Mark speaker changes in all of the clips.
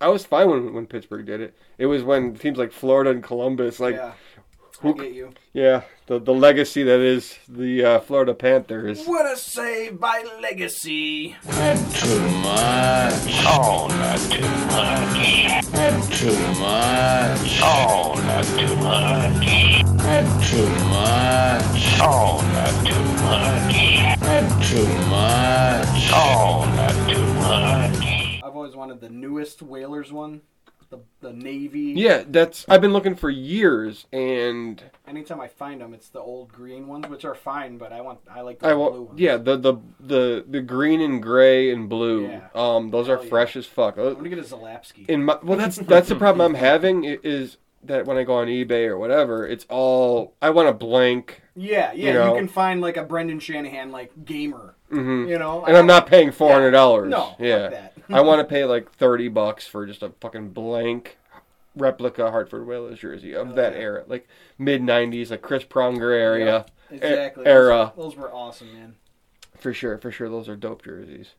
Speaker 1: I was fine when when Pittsburgh did it. It was when teams like Florida and Columbus, like yeah,
Speaker 2: yeah,
Speaker 1: who-
Speaker 2: I get you.
Speaker 1: the the legacy that is the uh, Florida Panthers.
Speaker 2: What a save by Legacy.
Speaker 3: Not too much. Oh, not too much. Not too much. Oh, not too much. Not too much. Oh, not too much. Not too much. Oh, not too much.
Speaker 2: I've always wanted the newest Whalers one, the the navy.
Speaker 1: Yeah, that's I've been looking for years, and
Speaker 2: Anytime I find them, it's the old green ones, which are fine, but I want I like the
Speaker 1: I
Speaker 2: blue
Speaker 1: will.
Speaker 2: ones.
Speaker 1: Yeah, the the the the green and gray and blue.
Speaker 2: Yeah.
Speaker 1: Um, those
Speaker 2: Hell
Speaker 1: are
Speaker 2: yeah.
Speaker 1: fresh as fuck. Uh,
Speaker 2: I'm gonna get a Zalapski.
Speaker 1: in my well that's that's the problem i'm having i- is that when i go on ebay or whatever it's all i want a blank
Speaker 2: yeah, yeah. You,
Speaker 1: know.
Speaker 2: can find like a Brendan Shanahan like gamer.
Speaker 1: hmm
Speaker 2: You know,
Speaker 1: and i'm not paying $400
Speaker 2: No, fuck
Speaker 1: yeah E-
Speaker 2: that.
Speaker 1: i want to pay like 30 bucks for just a fucking blank replica hartford whalers jersey of
Speaker 2: Hell
Speaker 1: that
Speaker 2: yeah.
Speaker 1: era like mid 90s like chris pronger area
Speaker 2: exactly.
Speaker 1: e- era.
Speaker 2: Those, those were awesome, man.
Speaker 1: for sure for sure those are dope jerseys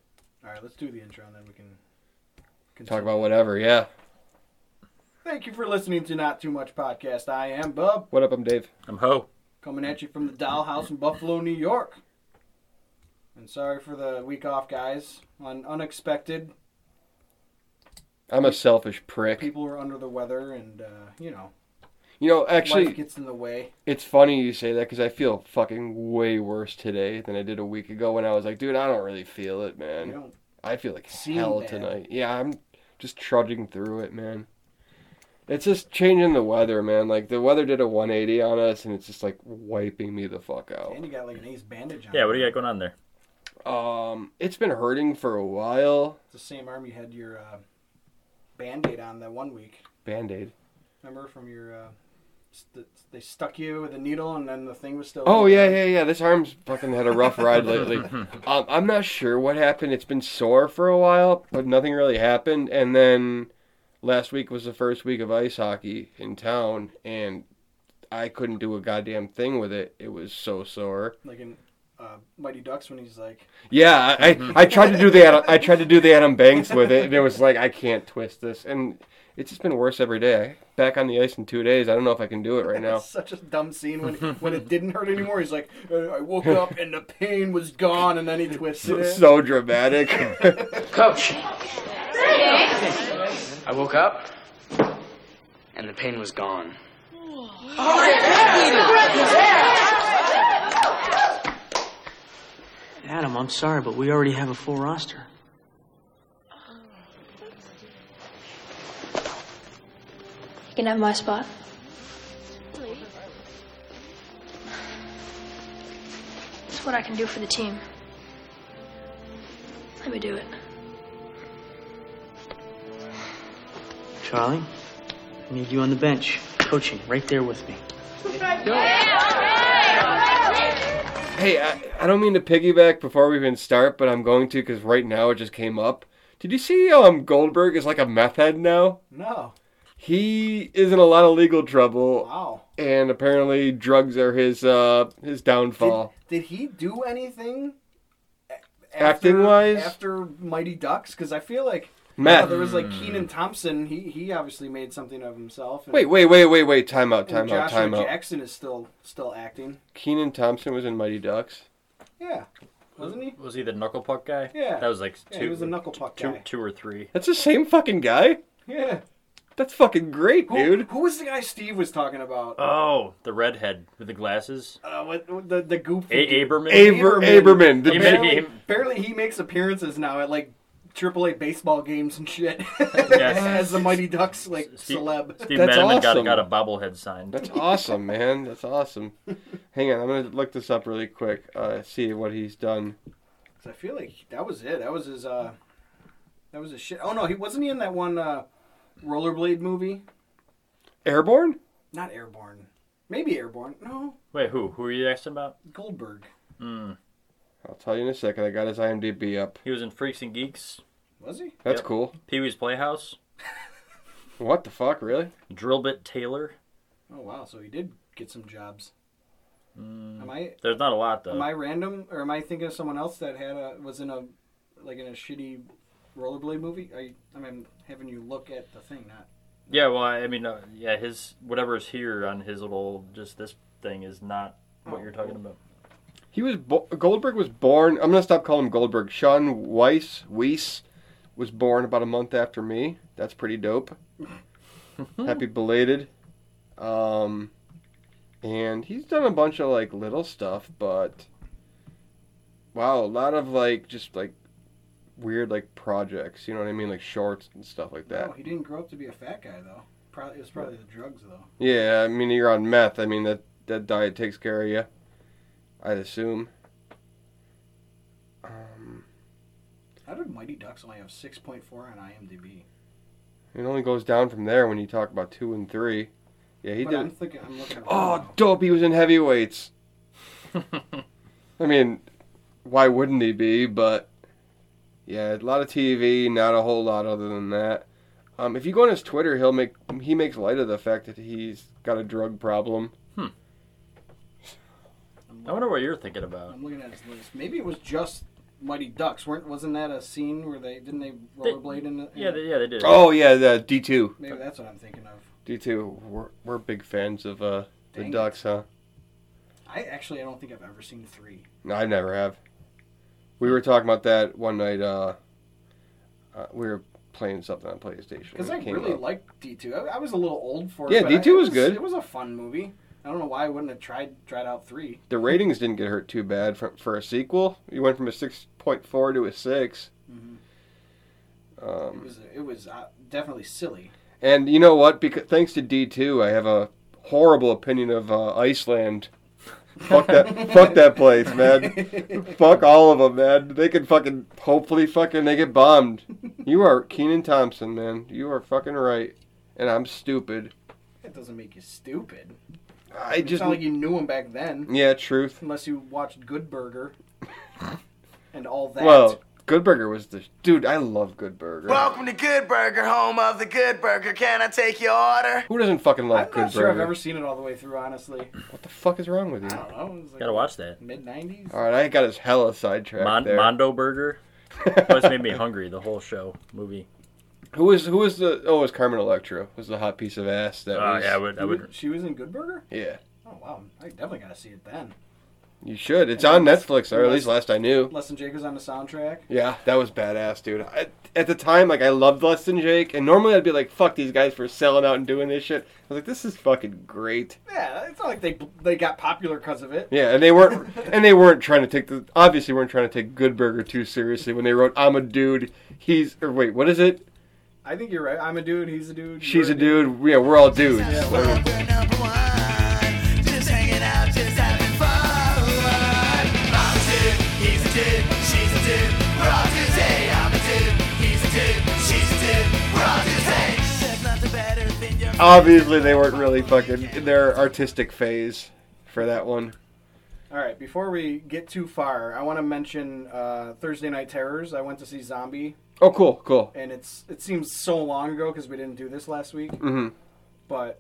Speaker 2: All right, let's do the intro and then we can.
Speaker 1: talk
Speaker 2: continue.
Speaker 1: about whatever yeah
Speaker 2: Thank you for listening to Not Too Much Podcast. I am Bub,
Speaker 1: what up i'm dave
Speaker 4: I'm Ho.
Speaker 2: coming at you from the dollhouse in Buffalo, New York. And sorry for the week off, guys. On unexpected,
Speaker 1: i'm a selfish prick
Speaker 2: people were under the weather, and uh, you know,
Speaker 1: you know
Speaker 2: life
Speaker 1: actually
Speaker 2: gets in the way.
Speaker 1: It's funny you say that because I feel fucking way worse today than I did a week ago when I was like, dude, I don't really feel it, man.
Speaker 2: You don't
Speaker 1: I feel like
Speaker 2: Seem
Speaker 1: hell
Speaker 2: bad.
Speaker 1: tonight. Yeah, I'm just trudging through it, man. It's just changing the weather, man. Like the weather did a 180 on us, and it's just like wiping me the fuck out.
Speaker 2: And you got like an ace bandage on.
Speaker 4: Yeah, what do you got going on there?
Speaker 1: Um, it's been hurting for a while.
Speaker 2: It's the same arm you had your uh, band aid on that one week.
Speaker 1: Band aid.
Speaker 2: Remember from your. Uh, st- they stuck you with a needle and then the thing was still.
Speaker 1: Oh yeah, yeah, yeah. This arm's fucking had a rough ride lately. Um, I'm not sure what happened. It's been sore for a while, but nothing really happened. And then last week was the first week of ice hockey in town, and I couldn't do a goddamn thing with it. It was so sore.
Speaker 2: Like in uh, Mighty Ducks when he's like,
Speaker 1: Yeah, I
Speaker 2: Mm-hmm.
Speaker 1: I, I tried to do the Adam, I tried to do the Adam Banks with it, and it was like I can't twist this, and it's just been worse every day. Back on the ice in two days. I don't know if I can do it right now.
Speaker 2: It's such a dumb scene when when it didn't hurt anymore. He's like, "Uh, I woke up and the pain was gone, and then he twisted it.
Speaker 1: So dramatic.
Speaker 5: Coach. I woke up and the pain was gone. Adam, I'm sorry, but we already have a full roster.
Speaker 6: You can have my spot. It's what I can do for the team. Let me do it.
Speaker 5: Charlie, I need you on the bench, coaching, right there with me.
Speaker 1: Hey, I, I don't mean to piggyback before we even start, but I'm going to because right now it just came up. Did you see um, Goldberg is like a meth head now?
Speaker 2: No,
Speaker 1: He is in a lot of legal trouble,
Speaker 2: wow.
Speaker 1: and apparently drugs are his uh, his
Speaker 2: Did,
Speaker 1: downfall.
Speaker 2: did he do anything? a- after-
Speaker 1: Acting-wise?
Speaker 2: after Mighty Ducks, because I feel like
Speaker 1: Meth.
Speaker 2: Yeah, there was like Keenan Thompson. He he obviously made something of himself. And,
Speaker 1: Hmm. Wait, wait, wait, wait, wait! Time out,
Speaker 2: and
Speaker 1: time out,
Speaker 2: Joshua
Speaker 1: time out.
Speaker 2: Jackson is still still acting.
Speaker 1: Keenan Thompson was in Mighty Ducks.
Speaker 2: Yeah, wasn't he?
Speaker 4: Was he the knuckle puck guy?
Speaker 2: Yeah.
Speaker 4: That was like
Speaker 2: Yeah,
Speaker 4: two.
Speaker 2: he was a knuckle puck
Speaker 4: two,
Speaker 2: guy.
Speaker 4: two or three.
Speaker 1: That's the same fucking guy.
Speaker 2: Yeah,
Speaker 1: That's fucking great,
Speaker 2: who,
Speaker 1: dude.
Speaker 2: Who was the guy Steve was talking about?
Speaker 4: Oh, the redhead with the glasses.
Speaker 2: Uh, what, what the the goofy
Speaker 4: A-
Speaker 2: dude.
Speaker 4: Aberman.
Speaker 1: Aver- Aberman.
Speaker 2: Aberman.
Speaker 1: The-
Speaker 4: He made-
Speaker 2: Barely,
Speaker 4: he-
Speaker 2: barely he makes appearances now at like AAA baseball games and shit. As
Speaker 4: Yes.
Speaker 2: the Mighty Ducks like
Speaker 4: Steve-
Speaker 2: celeb.
Speaker 4: Steve
Speaker 1: That's
Speaker 4: Madden
Speaker 1: awesome.
Speaker 4: got, got a bobblehead sign.
Speaker 1: That's awesome, man. That's awesome. Hang on, I'm gonna look this up really quick. Uh, see what he's done.
Speaker 2: 'Cause I feel like that was it. That was his uh that was his shit. Oh no, he wasn't he in that one uh rollerblade movie?
Speaker 1: Airborne.
Speaker 2: Not Airborne. Maybe Airborne. No.
Speaker 4: Wait, who? Who are you asking about? Hmm,
Speaker 2: Goldberg.
Speaker 1: I'll tell you in a second. I got his IMDb up.
Speaker 4: He was in Freaks and Geeks,
Speaker 2: Was he?
Speaker 1: That's
Speaker 4: Yep.
Speaker 1: cool.
Speaker 4: Pee Wee's Playhouse,
Speaker 1: What the fuck, really?
Speaker 4: Drill Bit Taylor.
Speaker 2: Oh wow, so he did get some jobs. Am I
Speaker 4: There's not a lot though.
Speaker 2: am I random or am I thinking of someone else that had a was in a like in a shitty rollerblade movie? Are you, I mean, having you look at the thing, not
Speaker 4: Yeah, well, I mean, uh, yeah, his whatever's here on his little just this thing is not what you're talking about.
Speaker 1: He was bo- Goldberg was born. I'm gonna stop calling him Goldberg. Sean Weiss Weiss was born about a month after me. That's pretty dope. Happy belated. Um, and he's done a bunch of like little stuff, but wow, a lot of like just like weird like projects. You know what I mean? Like shorts and stuff like that.
Speaker 2: Oh, No, he didn't grow up to be a fat guy though. Probably it was probably the drugs though.
Speaker 1: Yeah, I mean you're on meth. I mean that that diet takes care of you. I'd assume. Um,
Speaker 2: How did Mighty Ducks only have six point four on IMDb?
Speaker 1: it only goes down from there when you talk about two and three. Yeah, he
Speaker 2: but
Speaker 1: did.
Speaker 2: I'm thinking I'm looking. At
Speaker 1: Oh, dope! He was in heavyweights. I mean, why wouldn't he be? But yeah, a lot of TV, not a whole lot other than that. Um, if you go on his Twitter, he'll make he makes light of the fact that he's got a drug problem.
Speaker 4: I wonder what you're thinking about.
Speaker 2: I'm looking at his list. Maybe it was just Mighty Ducks. weren't Wasn't that a scene where they didn't they rollerblade in? The, in
Speaker 4: Yeah,
Speaker 2: the-
Speaker 4: they, yeah, they did.
Speaker 1: Oh yeah, the D two.
Speaker 2: maybe that's what I'm thinking of.
Speaker 1: D two, we're, we're big fans of uh, the
Speaker 2: Dang it.
Speaker 1: Ducks, huh?
Speaker 2: I actually I don't think I've ever seen three.
Speaker 1: No, I never have. We were talking about that one night. Uh, uh, we were playing something on PlayStation.
Speaker 2: Because
Speaker 1: and
Speaker 2: I
Speaker 1: it came
Speaker 2: really
Speaker 1: up.
Speaker 2: liked D two. I, I was a little old for it.
Speaker 1: Yeah,
Speaker 2: but
Speaker 1: D2
Speaker 2: I- it
Speaker 1: was good.
Speaker 2: It was a fun movie. I don't know why I wouldn't have tried tried out three.
Speaker 1: the ratings didn't get hurt too bad for, for a sequel. You went from a six point four to a 6
Speaker 2: Mhm. It
Speaker 1: Um,
Speaker 2: was it was uh, definitely silly.
Speaker 1: and you know what? Because thanks to D two, I have a horrible opinion of uh, Iceland. fuck that! fuck that place, man. fuck all of them, man. They can fucking hopefully fucking they get bombed. You are Keenan Thompson, man. You are fucking right, and I'm stupid.
Speaker 2: That doesn't make you stupid.
Speaker 1: I
Speaker 2: It's
Speaker 1: just
Speaker 2: not like you knew him back then,
Speaker 1: yeah, truth.
Speaker 2: unless you watched Good Burger and all that.
Speaker 1: Well, Good Burger was the dude. I love Good Burger.
Speaker 7: Welcome to Good Burger, home of the Good Burger. Can I take your order?
Speaker 1: Who doesn't fucking love
Speaker 2: I'm
Speaker 1: Good
Speaker 2: not sure
Speaker 1: Burger? Mm-hmm.
Speaker 2: I've ever Oh. seen it all the way through. Honestly,
Speaker 1: What the fuck is wrong with you?
Speaker 2: I don't know. It was like
Speaker 4: Gotta watch that.
Speaker 2: mid '90s.
Speaker 1: All right, I got us hella sidetracked
Speaker 4: Mon-
Speaker 1: there.
Speaker 4: Mondo Burger. Plus, made me hungry. The whole show movie.
Speaker 1: who was who was the? Oh, it was Carmen Electra? Was the hot piece of ass that?
Speaker 4: Uh,
Speaker 1: was,
Speaker 4: yeah, I would. I would.
Speaker 2: She was in Good Burger.
Speaker 1: yeah.
Speaker 2: Oh wow, I definitely gotta see it then.
Speaker 1: You should. It's on Netflix, or at least last I knew.
Speaker 2: Lesson Jake was on the soundtrack.
Speaker 1: Yeah, that was badass, dude. I, at the time, like I loved Less Than Jake, and normally I'd be like, "Fuck these guys for selling out and doing this shit." I was like, "This is fucking great."
Speaker 2: Yeah, it's not like they they got popular because of it.
Speaker 1: Yeah, and they weren't, and they weren't trying to take the obviously weren't trying to take Good Burger too seriously when they wrote, "I'm a dude." He's or wait, what is it?
Speaker 2: I think you're right. I'm a dude. He's a dude.
Speaker 1: She's
Speaker 2: you're
Speaker 1: a dude. Yeah, we're all dudes.
Speaker 7: Burger number one. Just hanging out, just having fun. I'm a dude, he's a dude, she's a dude. We're all dudes, hey. I'm a dude, he's a dude, she's a dude. We're all dudes, hey. There's nothing better than your
Speaker 8: Oh.
Speaker 1: obviously they weren't really fucking in their artistic phase for that one.
Speaker 2: All right, before we get too far, I want to mention uh, Thursday Night Terrors. I went to see Zombie,
Speaker 1: Oh, cool, cool.
Speaker 2: and it's it seems so long ago because we didn't do this last week,
Speaker 1: hmm
Speaker 2: but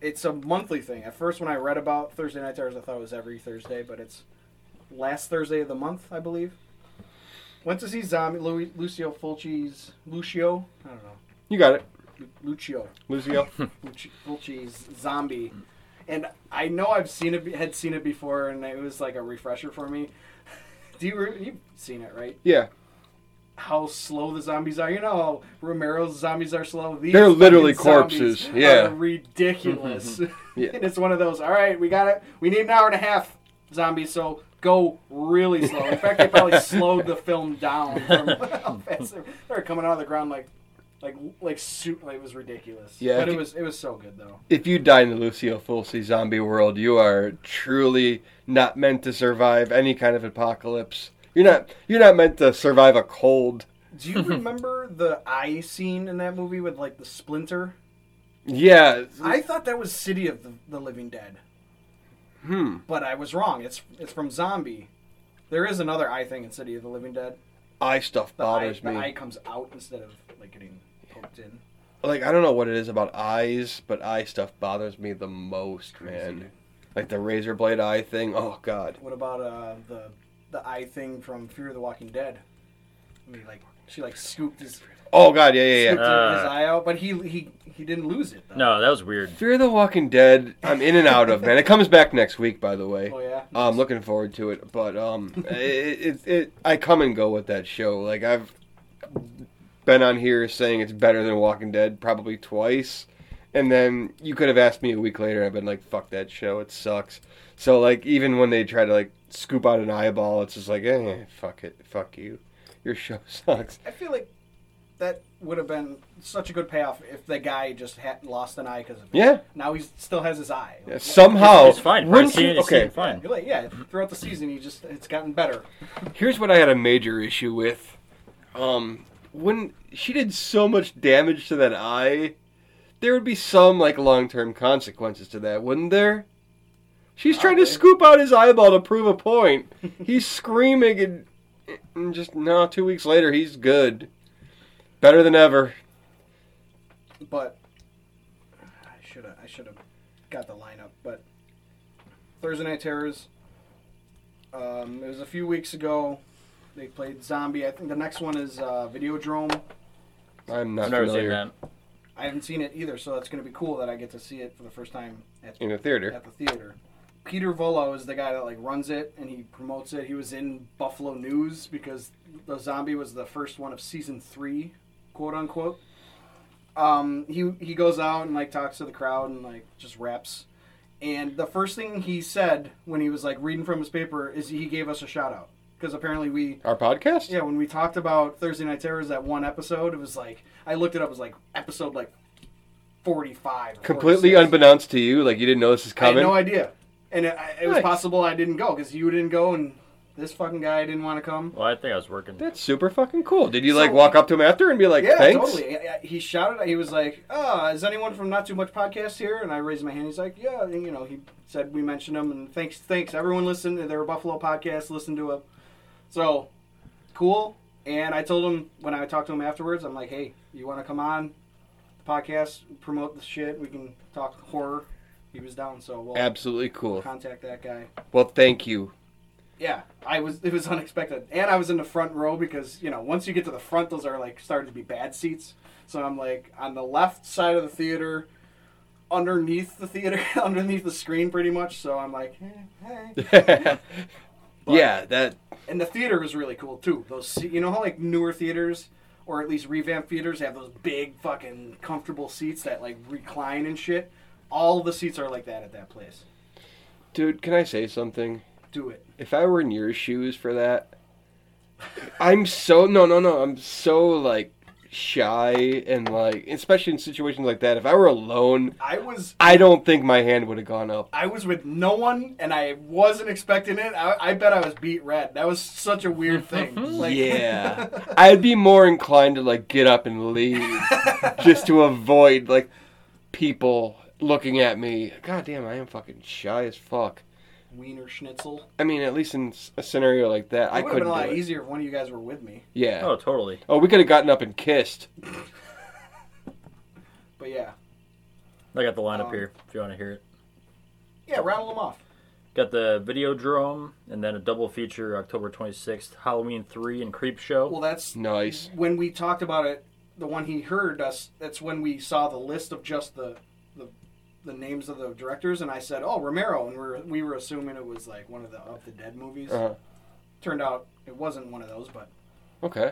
Speaker 2: it's a monthly thing. At first, when I read about Thursday Night Terrors, I thought it was every Thursday, but it's last Thursday of the month, I believe. Went to see Zombie Lu- Lucio Fulci's Lucio. I don't know
Speaker 1: You got it,
Speaker 2: Lu- Lucio.
Speaker 1: Lucio.
Speaker 2: Fulci- Fulci's Zombie, and I know I've seen it, had seen it before, and it was like a refresher for me. Do you re- you've seen it right?
Speaker 1: yeah,
Speaker 2: How slow the zombies are. You know how Romero's zombies are slow. These
Speaker 1: They're literally
Speaker 2: fucking zombies
Speaker 1: corpses,
Speaker 2: are
Speaker 1: yeah.
Speaker 2: ridiculous.
Speaker 1: Yeah.
Speaker 2: and it's one of those. All right, we got it. We need an hour and a half, zombies. So go really slow. In fact, they probably slowed the film down. From how fast they were- they were coming out of the ground like. Like like suit like it was ridiculous.
Speaker 1: Yeah, if
Speaker 2: but it
Speaker 1: you-
Speaker 2: was it was so good though.
Speaker 1: if you die in the Lucio Fulci zombie world, you are truly not meant to survive any kind of apocalypse. You're not. You're not meant to survive a cold.
Speaker 2: Do you remember the eye scene in that movie with like the splinter?
Speaker 1: Yeah,
Speaker 2: I thought that was City of the, the Living Dead. Hmm. But I was wrong. It's it's from Zombie. There is another eye thing in City of the Living Dead.
Speaker 1: eye stuff
Speaker 2: The, eye,
Speaker 1: bothers
Speaker 2: the
Speaker 1: me.
Speaker 2: eye comes out instead of like getting poked in.
Speaker 1: like I don't know what it is about eyes, but eye stuff bothers me the most, man. Like the razor blade eye thing. Oh God.
Speaker 2: What about uh, the the eye thing from Fear of the Walking Dead? I mean, like She like scooped his,
Speaker 1: Oh god, yeah, yeah,
Speaker 2: scooped
Speaker 1: yeah.
Speaker 2: his
Speaker 4: Uh.
Speaker 2: eye out, but he he he didn't lose it. Though.
Speaker 4: No, that was weird.
Speaker 1: Fear the Walking Dead. I'm in and out of man. It comes back next week, by the way.
Speaker 2: Oh yeah.
Speaker 1: I'm looking forward to it, but um, it, it it I come and go with that show. Like I've been on here saying it's better than Walking Dead probably twice, and then you could have asked me a week later, and I've been like, "Fuck that show, it sucks." So like even when they try to like scoop out an eyeball, it's just like, eh, fuck it, fuck you, your show sucks.
Speaker 2: I feel like that would have been such a good payoff if the guy just had lost an eye because of it.
Speaker 1: Yeah,
Speaker 2: Now he still has his eye.
Speaker 1: yeah, somehow
Speaker 4: It's fine.
Speaker 1: Oh, wouldn't
Speaker 4: Wouldn't seen,
Speaker 1: you-
Speaker 4: it's seen
Speaker 1: okay,
Speaker 4: fine.
Speaker 2: You're like, yeah, throughout the season, he just it's gotten better.
Speaker 1: Here's what I had a major issue with. Um, when she did so much damage to that eye, there would be some like long-term consequences to that, wouldn't there? She's trying to
Speaker 2: Probably.
Speaker 1: scoop out his eyeball to prove a point. He's screaming and, and just no, 2 weeks later he's good. Better than ever.
Speaker 2: But I should have I should have got the lineup. But Thursday Night Terrors. Um, it was a few weeks ago. They played Zombie. I think the next one is uh, Videodrome.
Speaker 1: I'm not
Speaker 4: I've never seen
Speaker 1: familiar
Speaker 4: that.
Speaker 2: I haven't seen it either, so that's going to be cool that I get to see it for the first time at
Speaker 1: in the theater.
Speaker 2: at the theater. Peter Volo is the guy that like runs it and he promotes it. He was in Buffalo News because the zombie was the first one of season three, quote unquote. Um, he he goes out and like talks to the crowd and like just raps. And the first thing he said when he was like reading from his paper is he gave us a shout out because apparently we
Speaker 1: Our podcast?
Speaker 2: yeah, when we talked about Thursday Night Terrors, that one episode, it was like I looked it up. It was like episode like forty-five. or
Speaker 1: Completely
Speaker 2: 46.
Speaker 1: unbeknownst to you, like you didn't know this is
Speaker 2: I had
Speaker 1: coming.
Speaker 2: no idea, and it, I- it was
Speaker 1: Nice.
Speaker 2: possible I didn't go because you didn't go, and this fucking guy didn't want to come.
Speaker 4: Well, I think I was working.
Speaker 1: That's super fucking cool. Did you like
Speaker 2: So-
Speaker 1: walk up to him after and be like,
Speaker 2: Yeah,
Speaker 1: "Thanks"?
Speaker 2: totally. I- I- He shouted. He was like, "Oh, is anyone from Not Too Much Podcast here?" And I raised my hand. He's like, "Yeah." And, you know, he said we mentioned him, and thanks, thanks everyone. Listened. They're a Buffalo podcast. Listen to him. So cool. And I told him when I talked to him afterwards, I'm like, "Hey, you want to come on the podcast? Promote the shit. We can talk horror." He was down, so we'll
Speaker 1: Absolutely cool.
Speaker 2: contact that guy.
Speaker 1: Well, thank you.
Speaker 2: Yeah, I was. It was unexpected, and I was in the front row because you know once you get to the front, those are like started to be bad seats. So I'm like on the left side of the theater, underneath the theater, underneath the screen, pretty much. So I'm like, eh, hey.
Speaker 1: yeah, that
Speaker 2: and the theater was really cool too. Those se- you know how like newer theaters or at least revamped theaters have those big fucking comfortable seats that like recline and shit. All the seats are like that at that place.
Speaker 1: dude. Can I say something?
Speaker 2: Do it.
Speaker 1: If I were in your shoes for that, I'm so no no no. I'm so like shy and like especially in situations like that. If I were alone,
Speaker 2: I was
Speaker 1: I don't think my hand would have gone up.
Speaker 2: I was with no one, and I wasn't expecting it. I, I bet I was beat red. That was such a weird thing. Like,
Speaker 1: yeah, I'd be more inclined to like get up and leave just to avoid like people looking at me. God damn, I am fucking shy as fuck.
Speaker 2: Wiener Schnitzel.
Speaker 1: I mean, at least in s- a scenario like that, I
Speaker 2: It would have
Speaker 1: couldn't
Speaker 2: been a
Speaker 1: do
Speaker 2: lot
Speaker 1: it.
Speaker 2: easier if one of you guys were with me.
Speaker 1: Yeah.
Speaker 4: Oh, totally.
Speaker 1: Oh, we could have gotten up and kissed.
Speaker 2: But yeah,
Speaker 4: I got the lineup
Speaker 2: Um,
Speaker 4: here if you want to hear it.
Speaker 2: yeah, rattle them off.
Speaker 4: Got the Videodrome and then a double feature October 26th, Halloween 3 and Creep Show.
Speaker 2: Well, that's
Speaker 1: Nice.
Speaker 2: when we talked about it. The one he heard us. That's when we saw the list of just the the, the names of the directors, and I said, "Oh, Romero," and we were, we were assuming it was like one of the of the Dead movies.
Speaker 1: Uh-huh.
Speaker 2: Turned out it wasn't one of those, but
Speaker 1: Okay.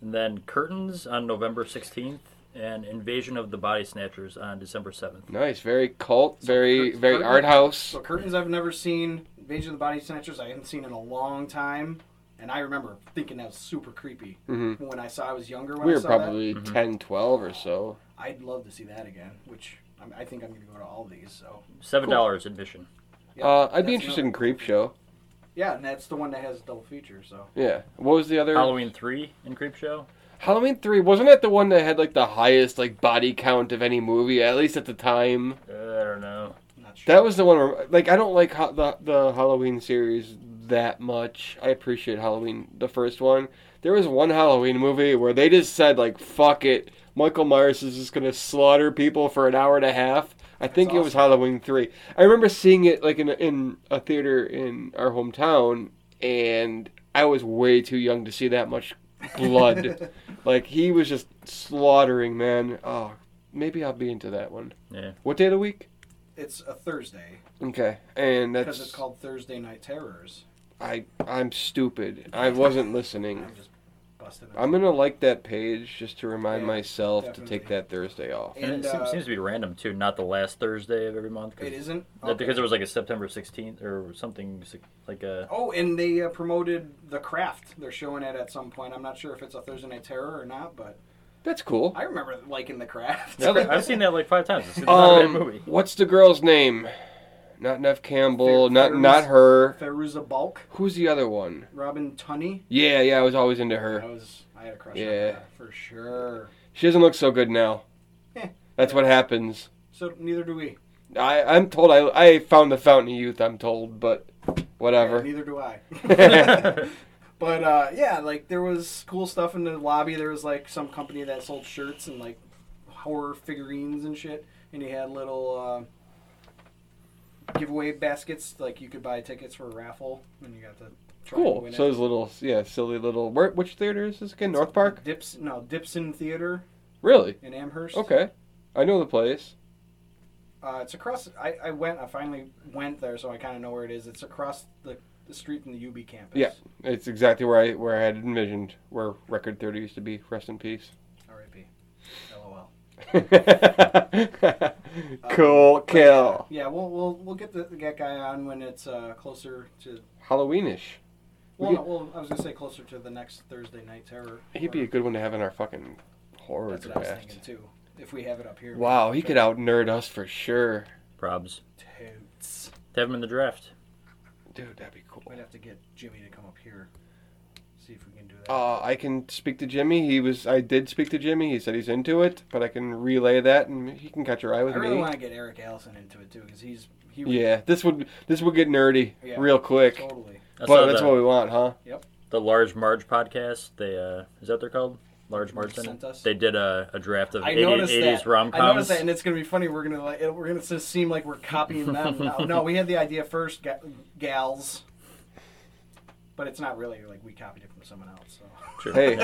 Speaker 4: and then Curtains on November 16th and Invasion of the Body Snatchers on December 7th.
Speaker 1: Nice. Very cult. Very
Speaker 2: cur-
Speaker 1: very
Speaker 2: curtain-
Speaker 1: art house.
Speaker 2: So curtains I've never seen, Invasion of the Body Snatchers I haven't seen in a long time, and I remember thinking that was super creepy
Speaker 1: Mhm.
Speaker 2: when I saw I was younger. When
Speaker 1: We
Speaker 2: I
Speaker 1: were
Speaker 2: saw
Speaker 1: probably
Speaker 4: mm-hmm.
Speaker 1: 10, 12 or so.
Speaker 2: that. I'd love to see that again, which I'm, I think I'm going to go to all these. So
Speaker 4: $7 admission.
Speaker 2: yeah,
Speaker 1: uh, I'd be
Speaker 2: that's
Speaker 1: interested in
Speaker 2: another-
Speaker 1: Creep Show.
Speaker 2: Yeah, and that's the one that has double feature. So
Speaker 1: Yeah. What was the other?
Speaker 4: Halloween 3 and Creep Show.
Speaker 1: Halloween 3. Wasn't that the one that had, like, the highest, like, body count of any movie, at least at the time?
Speaker 4: Uh, I don't know.
Speaker 2: I'm not sure.
Speaker 1: That was the one where, like, I don't like ho- the, the Halloween series that much. I appreciate Halloween, the first one. There was one Halloween movie where they just said, like, fuck it. Michael Myers is just going to slaughter people for an hour and a half. I think it was Halloween 3. I remember seeing it, like, in, a- in a theater in our hometown, and I was way too young to see that much blood. like he was just slaughtering, man. Oh, maybe I'll be into that one.
Speaker 4: Yeah.
Speaker 1: What day of the week?
Speaker 2: It's a Thursday
Speaker 1: Okay, and
Speaker 2: because it's
Speaker 1: that's
Speaker 2: called Thursday Night Terrors.
Speaker 1: I. I'm stupid. I wasn't listening.
Speaker 2: I'm just busting. it.
Speaker 1: I'm gonna like that page just to remind
Speaker 2: Yeah,
Speaker 1: myself to take
Speaker 2: definitely.
Speaker 1: that Thursday off.
Speaker 4: And,
Speaker 2: and
Speaker 4: it
Speaker 2: uh,
Speaker 4: seems, seems to be random too, not the last Thursday of every month. 'cause-
Speaker 2: it isn't
Speaker 4: that- because
Speaker 2: Okay.
Speaker 4: it was like a September 16th or something si- like a.
Speaker 2: Oh, and they uh, promoted The Craft. They're showing it at some point. I'm not sure if it's a Thursday Night Terror or not, but
Speaker 1: That's cool.
Speaker 2: I remember liking The Craft.
Speaker 4: I've seen that like five times. It's not a bad
Speaker 1: Um,
Speaker 4: movie.
Speaker 1: what's the girl's name? Not Neff Campbell.
Speaker 2: Fair-
Speaker 1: Not
Speaker 2: Fairuz-
Speaker 1: not her.
Speaker 2: Feruza Balk,
Speaker 1: Who's the other one?
Speaker 2: Robin Tunney.
Speaker 1: Yeah, yeah. I was always into her.
Speaker 2: I was I had a crush on
Speaker 1: Yeah.
Speaker 2: her for sure.
Speaker 1: She doesn't look so good now.
Speaker 2: Eh.
Speaker 1: That's what happens.
Speaker 2: So neither do we.
Speaker 1: I, I'm told I, I found the fountain of youth, I'm told, but whatever.
Speaker 2: Neither do I.
Speaker 1: yeah,
Speaker 2: But uh, yeah, like there was cool stuff in the lobby. There was like some company that sold shirts and like horror figurines and shit. And you had little uh, giveaway baskets. Like you could buy tickets for a raffle, and you got to try and
Speaker 1: cool.
Speaker 2: win
Speaker 1: So
Speaker 2: it.
Speaker 1: those little, yeah, silly little. Where, which theater is this again? North Park?
Speaker 2: Dips no Dipson Theater
Speaker 1: Really?
Speaker 2: in Amherst.
Speaker 1: Okay. I know the place.
Speaker 2: Uh, it's across. I, I went. I finally went there, so I kind of know where it is. It's across the, the street from the UB campus.
Speaker 1: Yeah. It's exactly where I where I had envisioned where Record Theater used to be. Rest in peace.
Speaker 2: R.I.P. LOL.
Speaker 1: cool kill.
Speaker 2: Yeah, we'll we'll we'll get the, that guy on when it's uh, closer to.
Speaker 1: Halloweenish.
Speaker 2: Well,
Speaker 1: We
Speaker 2: no, well, I was gonna say closer to the next Thursday night terror.
Speaker 1: He'd be a good one to have in our fucking horror
Speaker 2: That's what I was
Speaker 1: draft.
Speaker 2: thinking too. If we have it up here.
Speaker 1: Wow, he could out nerd us for sure.
Speaker 4: Probs.
Speaker 2: Totes.
Speaker 4: They have him in the draft.
Speaker 1: Dude, that'd be cool.
Speaker 2: Might have to get Jimmy to come up here. See if we can do that.
Speaker 1: Uh, I can speak to Jimmy. He was. I did speak to Jimmy. He said he's into it, but I can relay that, and he can catch your eye with
Speaker 2: I really
Speaker 1: me.
Speaker 2: want to get Eric Allison into it too, because he's he.
Speaker 1: Yeah, this would this would get nerdy
Speaker 2: Yeah.
Speaker 1: real quick,
Speaker 2: Totally.
Speaker 4: I
Speaker 1: but
Speaker 4: saw
Speaker 1: that's
Speaker 4: the,
Speaker 1: what we want, huh?
Speaker 4: the Large Marge podcast. They uh, is that what they're called? Large Marge.
Speaker 2: Sent us.
Speaker 4: They did a, a draft of
Speaker 2: I
Speaker 4: 80,
Speaker 2: noticed
Speaker 4: 80s
Speaker 2: that.
Speaker 4: rom
Speaker 2: I noticed
Speaker 4: coms.
Speaker 2: that, and it's gonna be funny. We're gonna like it, we're gonna just seem like we're copying them. now. No, we had the idea first, ga- gals. But it's not really like we copied it from someone else. So.
Speaker 1: Hey.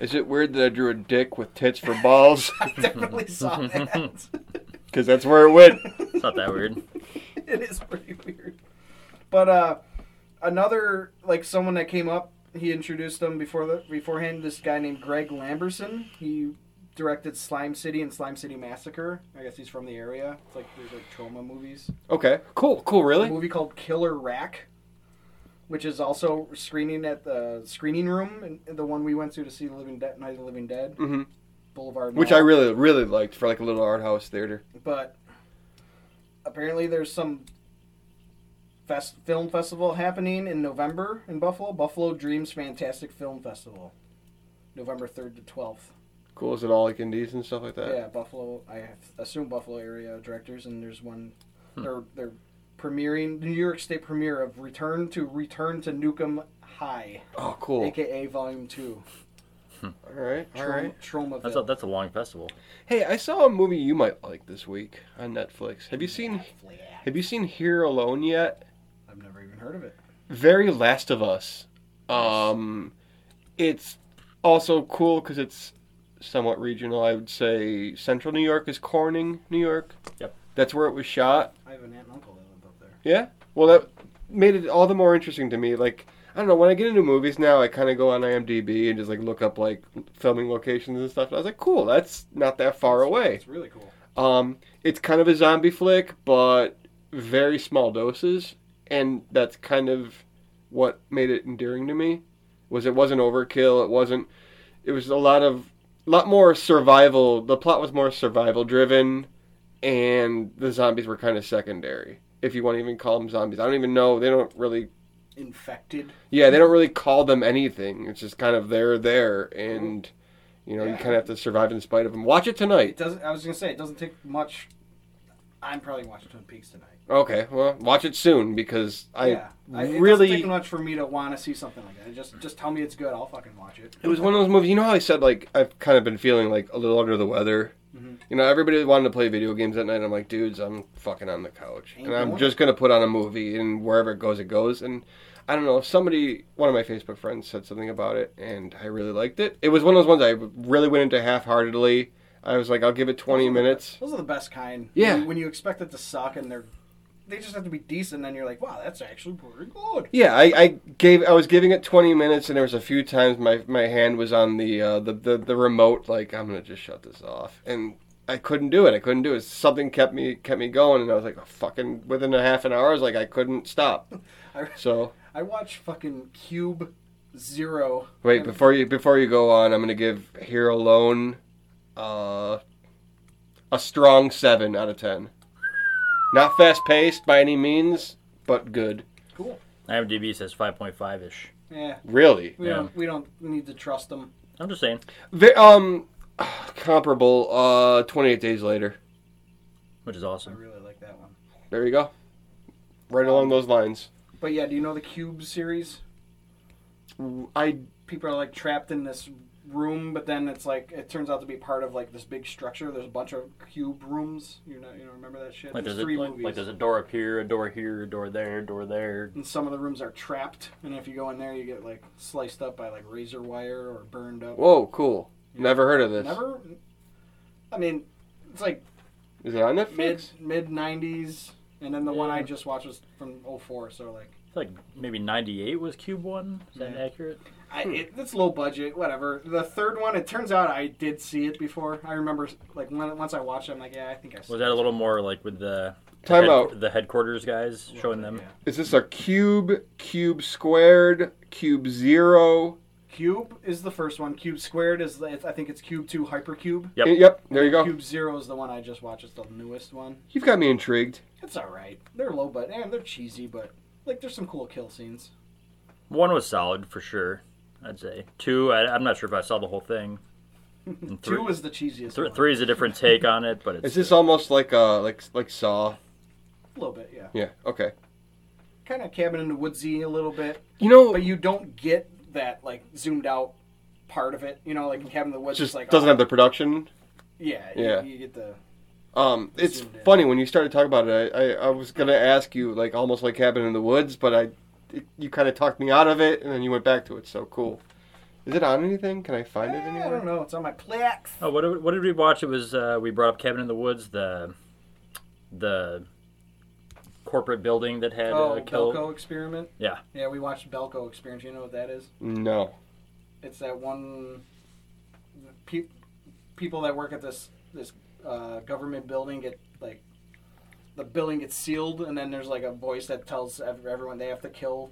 Speaker 1: Is it weird that I drew a dick with tits for balls?
Speaker 2: I definitely saw that.
Speaker 1: Because that's where it went.
Speaker 4: it's not that weird.
Speaker 2: it is pretty weird. But uh, another like someone that came up, he introduced them before the beforehand. This guy named Greg Lamberson. He directed Slime City and Slime City Massacre. I guess he's from the area. It's like there's like trauma movies.
Speaker 1: Okay, cool, cool,
Speaker 2: a
Speaker 1: really.
Speaker 2: movie called Killer Rack, which is also screening at the screening room, and- and the one we went to to see Living Dead, Night of the Living Dead,
Speaker 1: Mhm.
Speaker 2: Boulevard.
Speaker 1: Which
Speaker 2: Mall.
Speaker 1: I really, really liked for like a little art house theater.
Speaker 2: but apparently there's some fest, film festival happening in November in Buffalo, Buffalo Dreams Fantastic Film Festival, November third to twelfth.
Speaker 1: Cool, is it all like indies and stuff like that?
Speaker 2: Yeah, Buffalo. I assume Buffalo area directors, and there's one.
Speaker 1: Hmm.
Speaker 2: They're they're premiering the New York State premiere of Return to Return to Nukem High,
Speaker 1: Oh, cool.
Speaker 2: aka Volume Two.
Speaker 1: All right, all
Speaker 2: Trom-
Speaker 1: right.
Speaker 2: Tromaville.
Speaker 4: That's a, that's a long festival.
Speaker 1: Hey, I saw a movie you might like this week on Netflix. Have you seen
Speaker 2: Yeah,
Speaker 1: Have you seen Here Alone yet?
Speaker 2: I've never even heard of it.
Speaker 1: very last of us um it's also cool because it's somewhat regional i would say central new york is corning new york
Speaker 4: Yep.
Speaker 1: that's where it was shot
Speaker 2: I have an aunt and uncle that live up there.
Speaker 1: yeah well that made it all the more interesting to me like i don't know when i get into movies now i kind of go on imdb and just like look up like filming locations and stuff and i was like cool that's not that far away
Speaker 2: It's really cool.
Speaker 1: um, it's kind of a zombie flick, but very small doses, and that's kind of what made it endearing to me. Was it wasn't overkill? It wasn't. It was a lot of, lot more survival. The plot was more survival driven, and the zombies were kind of secondary. If you want to even call them zombies, I don't even know. They don't really.
Speaker 2: Infected.
Speaker 1: Yeah, they don't really call them anything. It's just kind of they're there, and you know you kind of have to survive in spite of them. Watch it tonight.
Speaker 2: It doesn't. I was gonna say it doesn't take much. I'm probably watching Twin Peaks tonight.
Speaker 1: Okay, well, watch it soon because I
Speaker 2: yeah, I, it
Speaker 1: really.
Speaker 2: doesn't take much for me to want to see something like that. It just just tell me it's good. I'll fucking watch it.
Speaker 1: it was one of those movies. You know how I said like I've kind of been feeling like a little under the weather.
Speaker 2: Mm-hmm.
Speaker 1: You know, everybody wanted to play video games that night. I'm like, dudes, I'm fucking on the couch,
Speaker 2: Ain't
Speaker 1: and I'm
Speaker 2: doing
Speaker 1: just gonna put on a movie, and wherever it goes, it goes. And I don't know. Somebody, one of my Facebook friends said something about it, and I really liked it. It was one of those ones I really went into half heartedly. I was like, I'll give it 20 minutes.
Speaker 2: Those are the best kind.
Speaker 1: Yeah.
Speaker 2: When you, when you expect it to suck and they're they just have to be decent, then you're like, wow, that's actually pretty good.
Speaker 1: Yeah, I, I gave. I was giving it 20 minutes, and there was a few times my my hand was on the uh, the, the the remote. Like I'm gonna just shut this off, and I couldn't do it. I couldn't do it. Something kept me kept me going, and I was like, "Oh, fucking. Within a half an hour, I was like, I couldn't stop.
Speaker 2: I-
Speaker 1: So
Speaker 2: I watch fucking Cube Zero.
Speaker 1: wait
Speaker 2: and-
Speaker 1: before you before you go on, I'm gonna give Here Alone, uh, a strong seven out of ten. Not fast paced by any means, but good.
Speaker 2: Cool.
Speaker 4: IMDb says 5.5 ish.
Speaker 2: Yeah.
Speaker 1: Really.
Speaker 2: We
Speaker 4: Yeah.
Speaker 2: don't we don't need to trust them.
Speaker 4: I'm just saying.
Speaker 1: Ve- um, comparable. Uh, 28 days later.
Speaker 4: Which is
Speaker 2: I
Speaker 4: awesome.
Speaker 2: really like that one.
Speaker 1: There you go. Right along those lines.
Speaker 2: But yeah, do you know the Cube series?
Speaker 1: I
Speaker 2: People are like trapped in this room, but then it's like it turns out to be part of like this big structure. There's a bunch of cube rooms. You know, you know, remember that shit?
Speaker 4: Like
Speaker 2: there's
Speaker 4: there's, a,
Speaker 2: three
Speaker 4: like,
Speaker 2: movies.
Speaker 4: like there's a door up here, a door here, a door there, a door there.
Speaker 2: and some of the rooms are trapped, and if you go in there, you get like sliced up by like razor wire or burned up.
Speaker 1: whoa, cool. Never heard of this.
Speaker 2: Never. I mean, it's like
Speaker 1: Is it on Netflix?
Speaker 2: mid mid '90s, and then the one I just watched was from '04. So like,
Speaker 4: I feel like maybe 98 was Cube 1. Is that
Speaker 2: Yeah.
Speaker 4: accurate?
Speaker 2: I,
Speaker 4: Hmm.
Speaker 2: it, it's low budget, whatever. The third one, it turns out I did see it before. I remember like when, once I watched it, I'm like, yeah, I think I saw
Speaker 4: Was that a little more like with the the
Speaker 1: Time
Speaker 4: head-
Speaker 1: out.
Speaker 4: the headquarters guys showing them?
Speaker 2: yeah.
Speaker 1: Is this a cube, cube squared, cube zero?
Speaker 2: Cube is the first one. Cube squared is the, I think it's Cube Two Hypercube.
Speaker 4: Yep.
Speaker 1: Yep. there you go.
Speaker 2: Cube Zero is the one I just watched. It's the newest one.
Speaker 1: You've got me intrigued.
Speaker 2: It's all right. They're low budget and they're cheesy, but like there's some cool kill scenes.
Speaker 4: One was solid for sure. I'd say two. I, I'm not sure if I saw the whole thing. And three,
Speaker 2: Two is the cheesiest.
Speaker 4: thr-
Speaker 2: one.
Speaker 4: three is a different take on it, but it's
Speaker 1: Is this almost like uh like like Saw?
Speaker 2: A little bit, yeah.
Speaker 1: Yeah. Okay.
Speaker 2: Kind of cabin in the woodsy a little bit,
Speaker 1: You know,
Speaker 2: but you don't get that like zoomed out part of it. You know, like in cabin in the
Speaker 1: it
Speaker 2: woods,
Speaker 1: just
Speaker 2: it's like
Speaker 1: doesn't
Speaker 2: oh,
Speaker 1: have the production.
Speaker 2: yeah,
Speaker 1: Yeah.
Speaker 2: You, you get the
Speaker 1: Um, it's
Speaker 2: Zoomed in.
Speaker 1: funny when you started talking about it. I, I, I was gonna ask you like almost like Cabin in the Woods, but I it, you kind of talked me out of it, and then you went back to it. So cool. Is it on anything? Can I find it
Speaker 2: Eh,
Speaker 1: anywhere?
Speaker 2: I don't know. It's on my Plex.
Speaker 4: Oh, what did, what did we watch? It was uh, we brought up Cabin in the Woods, the the corporate building that had
Speaker 2: Oh,
Speaker 4: uh, kill.
Speaker 2: Belko experiment.
Speaker 4: Yeah,
Speaker 2: Yeah, we watched Belko experiment. You know what that is?
Speaker 1: No.
Speaker 2: It's that one. Pe- people that work at this this uh, government building get like the building gets sealed, and then there's like a voice that tells ev- everyone they have to kill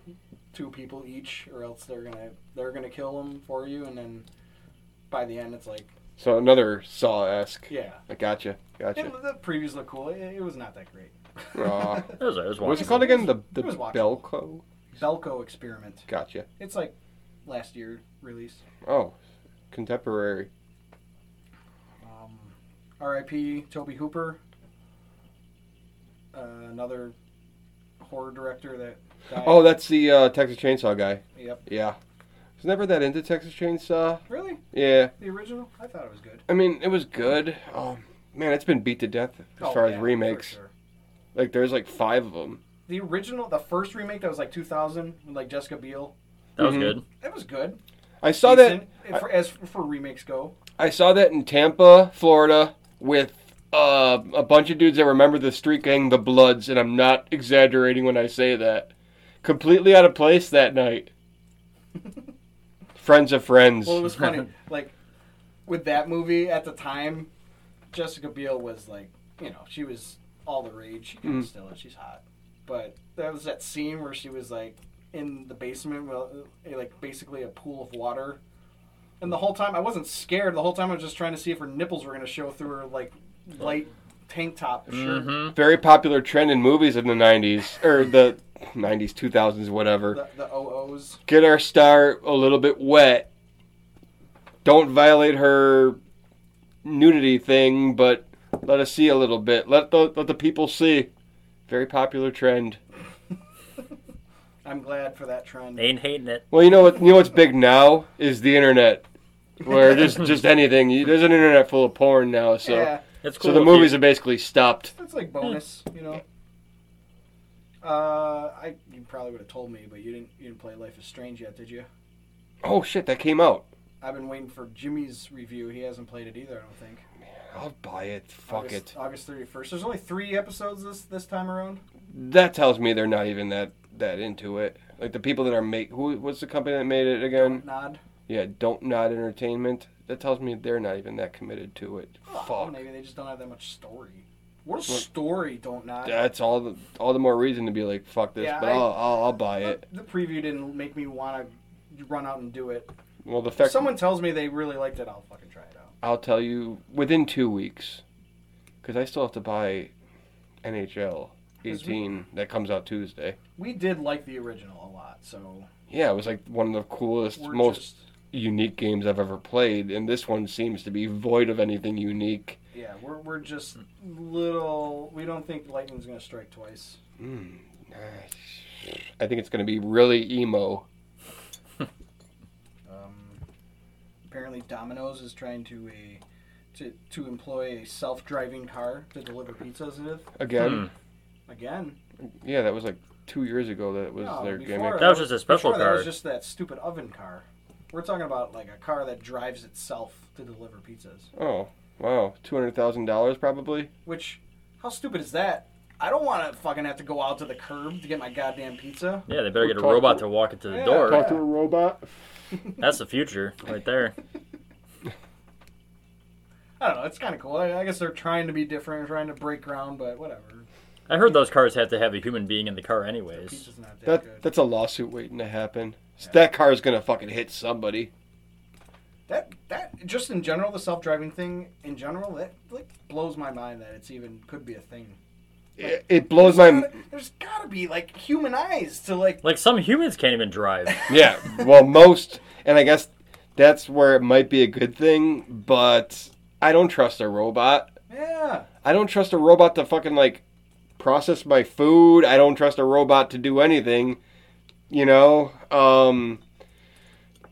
Speaker 2: two people each, or else they're gonna they're gonna kill them for you. And then by the end, it's like
Speaker 1: So another Saw esque.
Speaker 2: yeah,
Speaker 1: I gotcha.
Speaker 2: it,
Speaker 1: Gotcha.
Speaker 2: the previews look cool. It, it was not that great.
Speaker 1: Aw.
Speaker 4: it was, it was
Speaker 1: What's it
Speaker 4: watchable.
Speaker 1: called again? The the
Speaker 2: It was watchable.
Speaker 1: Belco.
Speaker 2: Belko experiment.
Speaker 1: Gotcha.
Speaker 2: It's like last year release.
Speaker 1: Oh, contemporary.
Speaker 2: Um, R.I.P. Toby Hooper, uh, another horror director that. Died.
Speaker 1: Oh, that's the uh, Texas Chainsaw guy.
Speaker 2: yep.
Speaker 1: Yeah. I was never that into Texas Chainsaw.
Speaker 2: Really?
Speaker 1: Yeah.
Speaker 2: The original? I thought it was good.
Speaker 1: I mean, it was good. Oh, man, it's been beat to death as
Speaker 2: Oh,
Speaker 1: far
Speaker 2: yeah,
Speaker 1: as
Speaker 2: for
Speaker 1: remakes.
Speaker 2: sure.
Speaker 1: Like there's like five of them.
Speaker 2: The original, the first remake that was like 2000, with like Jessica Biel.
Speaker 4: That was
Speaker 1: Mhm.
Speaker 4: good.
Speaker 2: It was good.
Speaker 1: I saw
Speaker 2: Decent.
Speaker 1: Oh, that.
Speaker 2: If- for, as for remakes go,
Speaker 1: I saw that in Tampa, Florida, with uh, a bunch of dudes that remember the street gang, the Bloods, and I'm not exaggerating when I say that. Completely out of place that night. friends of friends.
Speaker 2: well, it was funny. like with that movie at the time, Jessica Biel was like, you know, she was all the rage. She kind of still is. She's hot. But that was that scene where she was like in the basement, well, uh, like basically a pool of water. And the whole time, I wasn't scared. The whole time, I was just trying to see if her nipples were going to show through her like light tank top shirt.
Speaker 1: Very popular trend in movies in the '90s or the '90s, 2000s, whatever.
Speaker 2: The, the OOs.
Speaker 1: get our star a little bit wet. Don't violate her nudity thing, but let us see a little bit. Let the let the people see. Very popular trend.
Speaker 2: I'm glad for that trend.
Speaker 4: Ain't hating it.
Speaker 1: Well, you know what? You know what's big now is the internet, where just just anything. you- There's an internet full of porn now, so
Speaker 2: yeah,
Speaker 4: It's cool.
Speaker 1: so the
Speaker 4: if
Speaker 1: movies
Speaker 4: you,
Speaker 1: are basically stopped.
Speaker 2: that's like bonus, you know. Uh, I you probably would have told me, but you didn't. You didn't play Life is Strange yet, did you?
Speaker 1: Oh shit, that came out.
Speaker 2: I've been waiting for Jimmy's review. He hasn't played it either. I don't think.
Speaker 1: I'll buy it. Fuck
Speaker 2: August,
Speaker 1: it.
Speaker 2: August thirty first. There's only three episodes this this time around.
Speaker 1: That tells me they're not even that that into it. Like the people that are make who what's the company that made it again?
Speaker 2: Nod.
Speaker 1: Yeah, Don't Nod Entertainment. That tells me they're not even that committed to it.
Speaker 2: Oh,
Speaker 1: Fuck.
Speaker 2: maybe they just don't have that much story. What a story! Don't nod.
Speaker 1: That's all the all the more reason to be like fuck this,
Speaker 2: Yeah,
Speaker 1: but
Speaker 2: I-
Speaker 1: I'll, I'll I'll buy
Speaker 2: the,
Speaker 1: it.
Speaker 2: the preview didn't make me want to run out and do it.
Speaker 1: Well, the
Speaker 2: If
Speaker 1: fact
Speaker 2: someone tells me they really liked it, I'll fucking try it out.
Speaker 1: I'll tell you within two weeks, because I still have to buy NHL 18 that comes out Tuesday.
Speaker 2: We did like the original a lot, so
Speaker 1: Yeah, it was like one of the coolest,
Speaker 2: we're
Speaker 1: most
Speaker 2: just
Speaker 1: unique games I've ever played, and this one seems to be void of anything unique.
Speaker 2: yeah, we're we're just little. We don't think lightning's gonna strike twice.
Speaker 1: I think it's going to be really emo.
Speaker 2: Um, apparently, Domino's is trying to a to to employ a self driving car to deliver pizzas with
Speaker 1: Again,
Speaker 2: again.
Speaker 1: yeah, that was like two years ago that it was
Speaker 2: No,
Speaker 1: their
Speaker 2: before
Speaker 1: gimmick.
Speaker 4: That was just a special
Speaker 2: before That was
Speaker 4: car.
Speaker 2: just that stupid oven car. We're talking about like a car that drives itself to deliver pizzas.
Speaker 1: Oh, wow. $200,000 probably?
Speaker 2: Which, how stupid is that? I don't want to fucking have to go out to the curb to get my goddamn pizza.
Speaker 4: Yeah, they better get a
Speaker 1: Talk
Speaker 4: robot
Speaker 1: to-
Speaker 4: to walk it to the
Speaker 2: Yeah,
Speaker 4: door.
Speaker 2: talk-
Speaker 1: to a robot?
Speaker 4: That's the future right there.
Speaker 2: I don't know. It's kind of cool. I, I guess they're trying to be different, trying to break ground, but whatever.
Speaker 4: I heard those cars have to have a human being in the car, anyways.
Speaker 2: Pizza's not that,
Speaker 1: That,
Speaker 2: good.
Speaker 1: that's a lawsuit waiting to happen. That car is going to fucking hit somebody.
Speaker 2: That that just in general, the self-driving thing in general, that like blows my mind that it's even could be a thing.
Speaker 1: It, it blows my.
Speaker 2: Gotta- there's gotta be like human eyes to like.
Speaker 4: Like some humans can't even drive.
Speaker 1: Yeah, well, most. And I guess that's where it might be a good thing, but I don't trust a robot.
Speaker 2: Yeah,
Speaker 1: I don't trust a robot to fucking like process my food. I don't trust a robot to do anything. You know, um,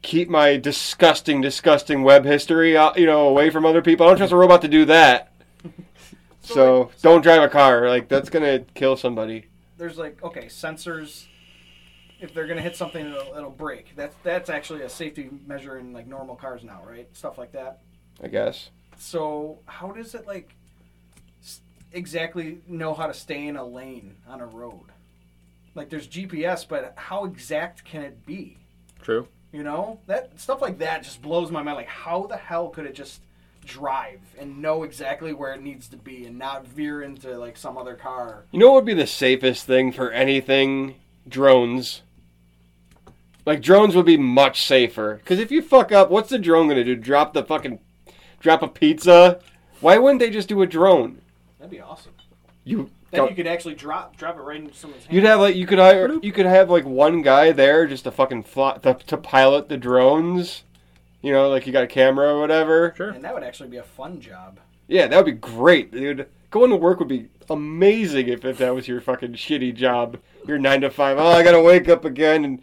Speaker 1: keep my disgusting, disgusting web history, uh, you know, away from other people. I don't trust a robot to do that. So don't drive a car. Like that's gonna kill somebody.
Speaker 2: there's like okay sensors. If they're gonna hit something, it'll, it'll break. That's that's actually a safety measure in like normal cars now, right? Stuff like that.
Speaker 1: I guess.
Speaker 2: So how does it like s- exactly know how to stay in a lane on a road? Like there's GPS, but how exact can it be?
Speaker 4: True.
Speaker 2: You know that stuff like that just blows my mind. Like how the hell could it just drive and know exactly where it needs to be and not veer into like some other car?
Speaker 1: You know what would be the safest thing for anything? Drones. Like drones would be much safer. Cause if you fuck up, what's the drone gonna do? Drop the fucking drop a pizza? Why wouldn't they just do a drone?
Speaker 2: That'd be awesome.
Speaker 1: You
Speaker 2: Then you could actually drop drop it right into someone's hand.
Speaker 1: would have like you could hire you could have like one guy there just to fucking fly, to, to pilot the drones. You know, like you got a camera or whatever.
Speaker 4: Sure.
Speaker 2: and that would actually be a fun job.
Speaker 1: Yeah, that would be great, dude. Going to work would be amazing if, if that was your fucking shitty job. Your nine to five. Oh, I gotta wake up again and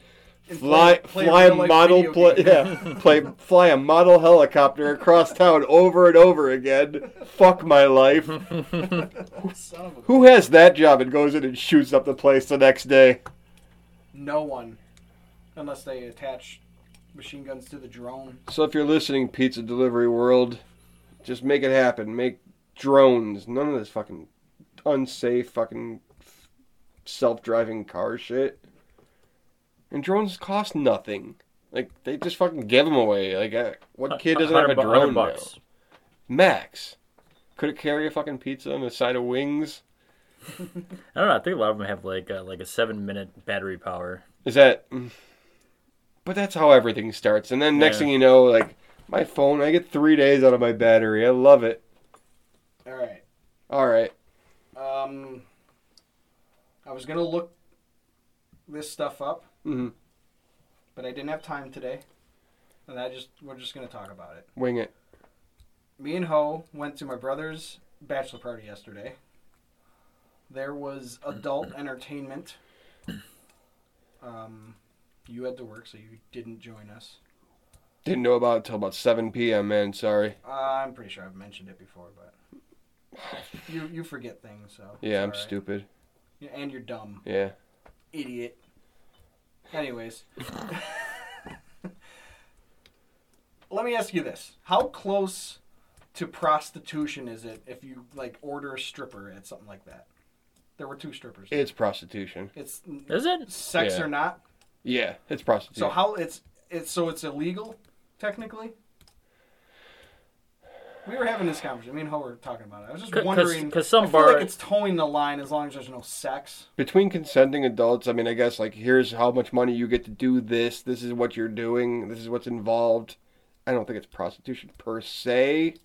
Speaker 2: And
Speaker 1: fly
Speaker 2: play- play
Speaker 1: fly a
Speaker 2: real-life
Speaker 1: model
Speaker 2: video
Speaker 1: play,
Speaker 2: games.
Speaker 1: yeah play fly a model helicopter across town over and over again. Fuck my life.
Speaker 2: Son of a-
Speaker 1: Who has that job and goes in and shoots up the place the next day?
Speaker 2: no one, unless they attach machine guns to the drone.
Speaker 1: So if you're listening, Pizza Delivery World, just make it happen. Make drones. None of this fucking unsafe fucking self-driving car shit. And drones cost nothing. Like they just fucking give them away. Like uh, what kid doesn't have a
Speaker 4: 100 bu- 100
Speaker 1: drone now?
Speaker 4: bucks.
Speaker 1: Max, could it carry a fucking pizza on the side of wings?
Speaker 4: I don't know. I think a lot of them have like uh, like a seven minute battery power.
Speaker 1: Is that? mm. But that's how everything starts. And then next
Speaker 4: Yeah.
Speaker 1: thing you know, like my phone, I get three days out of my battery. I love it.
Speaker 2: All right.
Speaker 1: All right.
Speaker 2: Um, I was gonna look this stuff up,
Speaker 1: Mhm.
Speaker 2: but I didn't have time today, and I just we're just gonna talk about it.
Speaker 1: Wing it.
Speaker 2: Me and Ho went to my brother's bachelor party yesterday. There was adult entertainment. Um, you had to work, so you didn't join us.
Speaker 1: Didn't know about it till about 7 p.m. Man, sorry.
Speaker 2: Uh, I'm pretty sure I've mentioned it before, but you you forget things, so it's
Speaker 1: Yeah, I'm
Speaker 2: alright.
Speaker 1: stupid.
Speaker 2: Yeah, and you're dumb,
Speaker 1: Yeah.
Speaker 2: idiot. Anyways, let me ask you this: How close to prostitution is it if you like order a stripper at something like that? There were two strippers.
Speaker 1: It's prostitution.
Speaker 2: it's
Speaker 4: Is it?
Speaker 2: sex
Speaker 1: Yeah.
Speaker 2: or not.
Speaker 1: Yeah, it's prostitution.
Speaker 2: So how it's it's so it's illegal technically. We were having this conversation. Me and Ho were talking about it. I was just
Speaker 4: C- 'cause-
Speaker 2: wondering
Speaker 4: 'cause some
Speaker 2: I feel
Speaker 4: bar-
Speaker 2: like it's towing the line as long as there's no sex.
Speaker 1: between consenting adults, I mean, I guess like here's how much money you get to do this. This is what you're doing. This is what's involved. I don't think it's prostitution per se,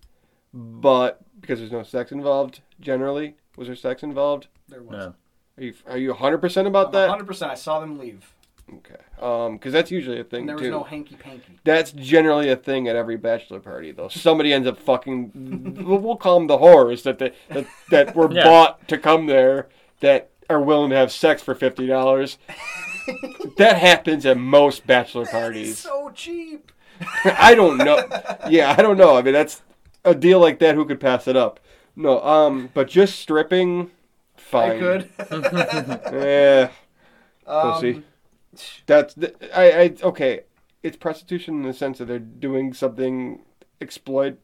Speaker 1: but because there's no sex involved generally. Was there sex involved?
Speaker 2: There was.
Speaker 4: No.
Speaker 1: Are you are you 100% about
Speaker 2: I'm
Speaker 1: that?
Speaker 2: 100%. I saw them leave.
Speaker 1: Okay. Um cuz that's usually a thing
Speaker 2: And there was
Speaker 1: too.
Speaker 2: no hanky panky.
Speaker 1: that's generally a thing at every bachelor party though. Somebody ends up fucking we'll we'll call them the whores that they, that that were
Speaker 4: Yeah.
Speaker 1: bought to come there that are willing to have sex for $50. that happens at most bachelor parties.
Speaker 2: So cheap.
Speaker 1: I don't know. Yeah, I don't know. I mean, that's a deal like that. Who could pass it up? No, um, but just stripping, fine.
Speaker 2: I could.
Speaker 1: Yeah, pussy.
Speaker 2: um,
Speaker 1: Eh, That's th- I. I okay. It's prostitution in the sense that they're doing something exploit.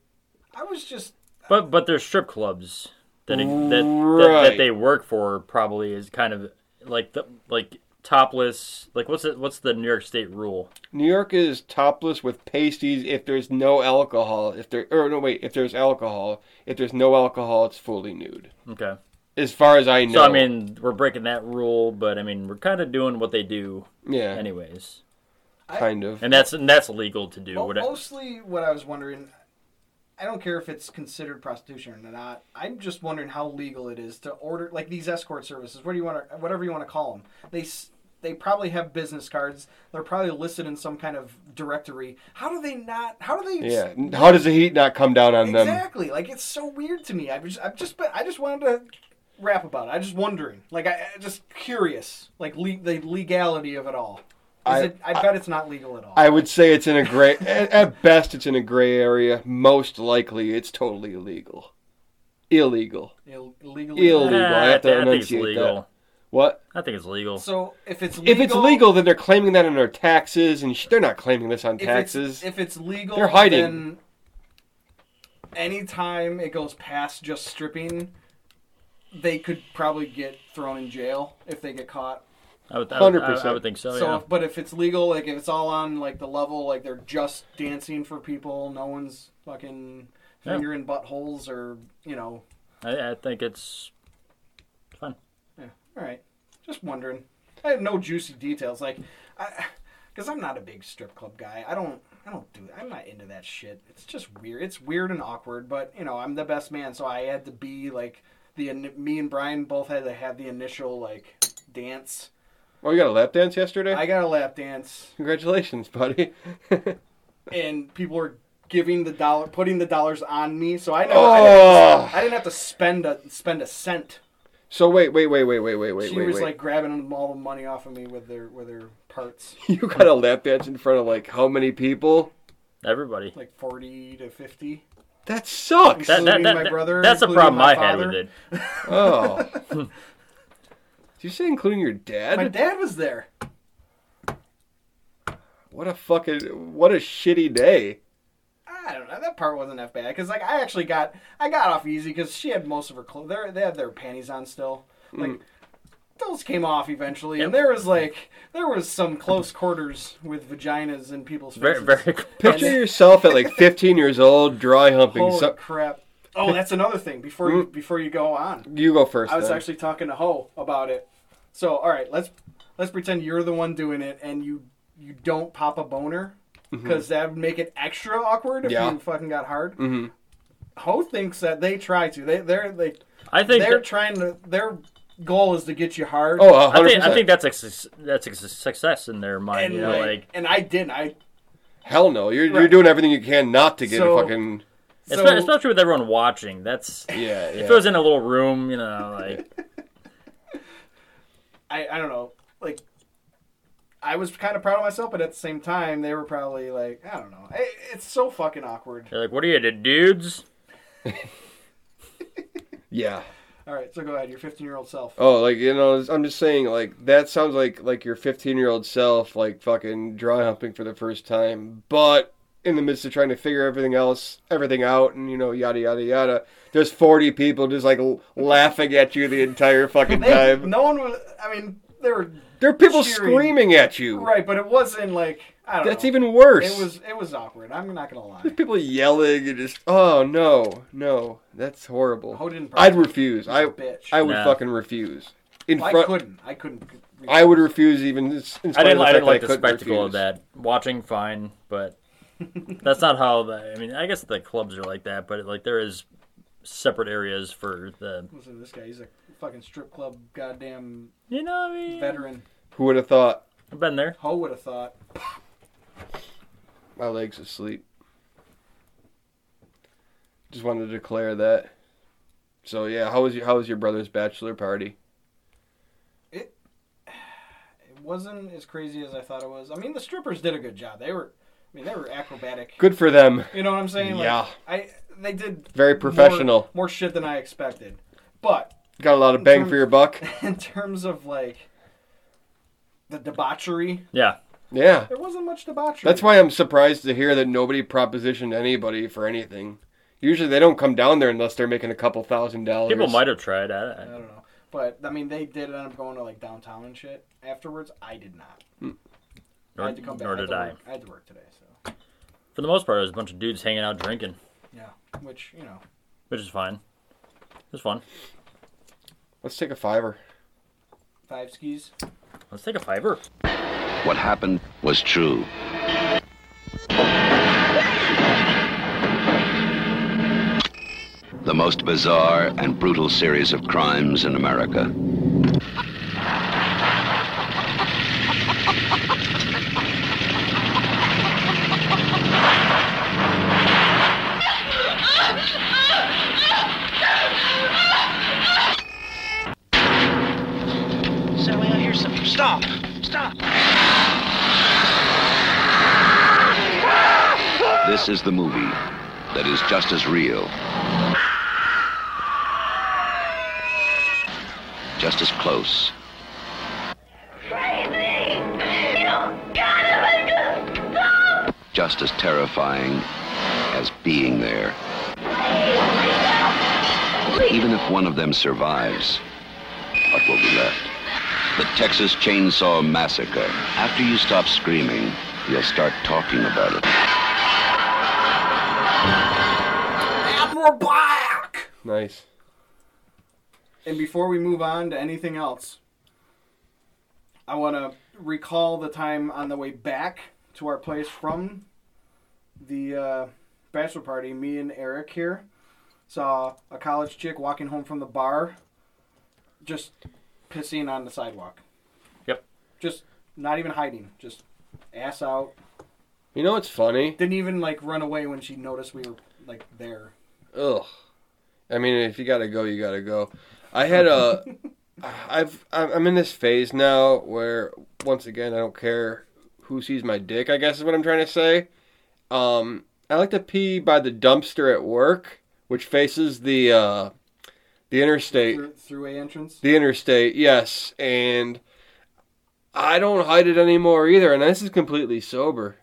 Speaker 2: I was just.
Speaker 4: But but there's strip clubs that that, that,
Speaker 1: Right.
Speaker 4: that they work for probably is kind of like the like topless like what's it what's the New York State rule?
Speaker 1: New York is topless with pasties if there's no alcohol. If there or no wait, if there's alcohol. If there's no alcohol, it's fully nude.
Speaker 4: Okay.
Speaker 1: As far as I know.
Speaker 4: So I mean we're breaking that rule, but I mean we're kind of doing what they do
Speaker 1: yeah,
Speaker 4: anyways,
Speaker 1: kind of.
Speaker 4: and that's and that's legal to do.
Speaker 2: mo-
Speaker 4: What
Speaker 2: mostly what I was wondering. I don't care if it's considered prostitution or not. I'm just wondering how legal it is to order like these escort services. What do you want to, whatever you want to call them. They s- they probably have business cards. They're probably listed in some kind of directory. How do they not? How do they?
Speaker 1: Yeah. How does the heat not come down on them?
Speaker 2: Exactly. Like it's so weird to me. I just I've just been, I just wanted to rap about it. I just wondering. Like I I just curious. Like le- the legality of it all. Is
Speaker 1: I-
Speaker 2: it, I, bet it's not legal at all.
Speaker 1: I would say it's in a gray. at, at best, it's in a gray area. Most likely, it's totally illegal. Illegal.
Speaker 2: Ill- illegal.
Speaker 4: I,
Speaker 1: Illegal. I have to
Speaker 4: I think it's
Speaker 1: enunciate
Speaker 4: legal.
Speaker 1: What?
Speaker 4: I think it's legal.
Speaker 2: So if it's legal,
Speaker 1: If it's legal, then they're claiming that on their taxes, and sh- they're not claiming this on
Speaker 2: if
Speaker 1: taxes.
Speaker 2: It's, if it's legal,
Speaker 1: They're hiding.
Speaker 2: Then anytime it goes past just stripping, they could probably get thrown in jail if they get caught.
Speaker 4: I would, I would, I,
Speaker 1: 100%.
Speaker 4: would think so.
Speaker 2: so,
Speaker 4: yeah.
Speaker 2: if, but if it's legal, like if it's all on like the level, like they're just dancing for people, no one's fucking
Speaker 4: Yeah.
Speaker 2: fingering buttholes or you know,
Speaker 4: I, I think it's fun.
Speaker 2: yeah. All right, just wondering. I have no juicy details, like, I, because I'm not a big strip club guy. I don't, I don't do, I'm not into that shit. It's just weird. It's weird and awkward, but you know, I'm the best man, so I had to be like the. in- Me and Brian both had to have the initial like dance.
Speaker 1: oh, you got a lap dance yesterday?
Speaker 2: I got a lap dance.
Speaker 1: Congratulations, buddy.
Speaker 2: and people were giving the dollar, putting the dollars on me, so I never, I, didn't,
Speaker 1: oh.
Speaker 2: I didn't have to spend a spend a cent.
Speaker 1: So wait, wait, wait, wait, wait, wait, wait,
Speaker 2: she
Speaker 1: wait.
Speaker 2: was
Speaker 1: wait.
Speaker 2: like grabbing all the money off of me with their with their parts,
Speaker 1: you got a lap dance in front of like how many people?
Speaker 4: Everybody.
Speaker 2: like forty to fifty.
Speaker 1: That sucks.
Speaker 4: That, that,
Speaker 2: Including
Speaker 4: that,
Speaker 2: my
Speaker 4: that-
Speaker 2: brother,
Speaker 4: that's the
Speaker 2: including
Speaker 4: problem
Speaker 2: my
Speaker 4: I had
Speaker 2: father.
Speaker 4: with it.
Speaker 1: Oh. Did you say including your dad?
Speaker 2: My dad was there.
Speaker 1: What a fucking what a shitty day.
Speaker 2: I don't know. That part wasn't that bad because like I actually got I got off easy because she had most of her clothes. They they had their panties on still.
Speaker 1: Hmm.
Speaker 2: Like those came off eventually, and there was like there was some close quarters with vaginas in people's faces.
Speaker 4: Very, very
Speaker 1: Picture yourself at like 15 years old, dry humping.
Speaker 2: Holy
Speaker 1: So,
Speaker 2: crap! Oh, that's another thing. Before
Speaker 1: Mm.
Speaker 2: you before you go on,
Speaker 1: you go first.
Speaker 2: I was
Speaker 1: then.
Speaker 2: actually talking to Ho about it. So, all right, let's let's pretend you're the one doing it, and you you don't pop a boner because that would make it extra awkward
Speaker 1: Mm-hmm.
Speaker 2: if
Speaker 1: Yeah. Mm-hmm.
Speaker 2: you fucking got hard. Ho thinks that they try to. They they're they
Speaker 4: I think
Speaker 2: they're
Speaker 4: that-
Speaker 2: trying to. Their goal is to get you hard.
Speaker 1: Oh, 100%.
Speaker 4: I think, I think that's a su- that's a su- success in their mind.
Speaker 2: and
Speaker 4: you know,
Speaker 2: like,
Speaker 4: like
Speaker 2: and I didn't. I
Speaker 1: Hell no. You're, you're
Speaker 2: Right.
Speaker 1: doing everything you can not to get
Speaker 2: So-
Speaker 1: a fucking.
Speaker 2: so
Speaker 4: espe- especially with everyone watching. That's
Speaker 1: Yeah,
Speaker 4: if
Speaker 1: yeah.
Speaker 4: it was in a little room, you know, like
Speaker 2: I I don't know. Like I was kind of proud of myself, but at the same time, they were probably like I don't know. It, it's so fucking awkward.
Speaker 4: they're like, "What are you, the dudes?"
Speaker 1: yeah.
Speaker 2: All right, so go ahead. Your 15 year old self.
Speaker 1: Oh, like you know, I'm just saying, like that sounds like like your 15 year old self, like fucking dry humping for the first time, but in the midst of trying to figure everything else, everything out, and you know, yada yada yada. There's 40 people just like l- laughing at you the entire fucking
Speaker 2: They-
Speaker 1: time.
Speaker 2: no one was. I mean, there were
Speaker 1: There are people
Speaker 2: Cheering.
Speaker 1: screaming at you.
Speaker 2: right, but it wasn't like I don't
Speaker 1: That's
Speaker 2: know.
Speaker 1: even worse.
Speaker 2: It was it was awkward. I'm not gonna lie.
Speaker 1: people yelling and just oh no no that's horrible.
Speaker 2: Who didn't
Speaker 1: I'd
Speaker 2: participate?
Speaker 1: refuse.
Speaker 2: He's a
Speaker 1: I
Speaker 2: bitch.
Speaker 1: I would
Speaker 4: Nah.
Speaker 1: fucking refuse. In
Speaker 2: I
Speaker 1: front,
Speaker 2: couldn't. I couldn't.
Speaker 1: I would refuse even. In spite
Speaker 4: I
Speaker 1: of
Speaker 4: didn't,
Speaker 1: the
Speaker 4: I
Speaker 1: fact
Speaker 4: didn't
Speaker 1: that
Speaker 4: like the
Speaker 1: couldn't
Speaker 4: spectacle
Speaker 1: refuse.
Speaker 4: of that. Watching, fine, but that's not how. The, I mean, I guess the clubs are like that, but like there is separate areas for the.
Speaker 2: Listen to this guy. He's a fucking strip club goddamn
Speaker 4: You know, what I mean,
Speaker 2: veteran.
Speaker 1: Who would have thought?
Speaker 4: I've been there.
Speaker 2: Ho would have thought.
Speaker 1: My legs asleep. Just wanted to declare that. So yeah, how was your how was your brother's bachelor party?
Speaker 2: It wasn't as crazy as I thought it was. I mean, the strippers did a good job. They were, I mean, they were acrobatic.
Speaker 1: Good for them.
Speaker 2: You know what I'm saying? Like,
Speaker 1: Yeah.
Speaker 2: I they did
Speaker 1: Very
Speaker 2: more-
Speaker 1: professional.
Speaker 2: More, shit than I expected. But
Speaker 1: Got a lot of bang for your buck.
Speaker 2: in terms of like the debauchery,
Speaker 4: Yeah,
Speaker 1: Yeah.
Speaker 2: there wasn't much debauchery.
Speaker 1: That's why I'm surprised to hear that nobody propositioned anybody for anything. Usually they don't come down there unless they're making a couple thousand dollars.
Speaker 4: people might have tried. I,
Speaker 2: I
Speaker 4: I,
Speaker 2: don't know. But I mean, they did end up going to like downtown and shit afterwards. I did not. I
Speaker 4: nor,
Speaker 2: had to come back.
Speaker 4: nor
Speaker 2: I had
Speaker 4: did
Speaker 2: to
Speaker 4: I.
Speaker 2: work- I had to work today, so
Speaker 4: For the most part, it was a bunch of dudes hanging out drinking,
Speaker 2: yeah. Which you know,
Speaker 4: which is fine. It was fun.
Speaker 1: Let's take a fiver.
Speaker 2: five skis.
Speaker 4: Let's take a fiver.
Speaker 9: What happened was true. The most bizarre and brutal series of crimes in America.
Speaker 10: Sally, I hear something. Stop! Stop!
Speaker 9: This is the movie that is just as real, just as close. Just as terrifying as being there. Even if one of them survives, what will be left? The Texas Chainsaw Massacre. After you stop screaming, you'll start talking about it.
Speaker 2: Admiral Black.
Speaker 1: Nice.
Speaker 2: And before we move on to anything else, I want to recall the time on the way back to our place from the uh, bachelor party. Me and Eric here saw a college chick walking home from the bar, just pissing on the sidewalk.
Speaker 4: Yep.
Speaker 2: Just not even hiding, just ass out.
Speaker 1: You know what's funny?
Speaker 2: Didn't even like run away when she noticed we were like there.
Speaker 1: Ugh. I mean, if you gotta go, you gotta go. I had a. I've I'm I'm in this phase now where once again I don't care who sees my dick. I guess is what I'm trying to say. Um, I like to pee by the dumpster at work, which faces the uh, the interstate.
Speaker 2: Through, through a entrance.
Speaker 1: The interstate, yes, and I don't hide it anymore either. And this is completely sober.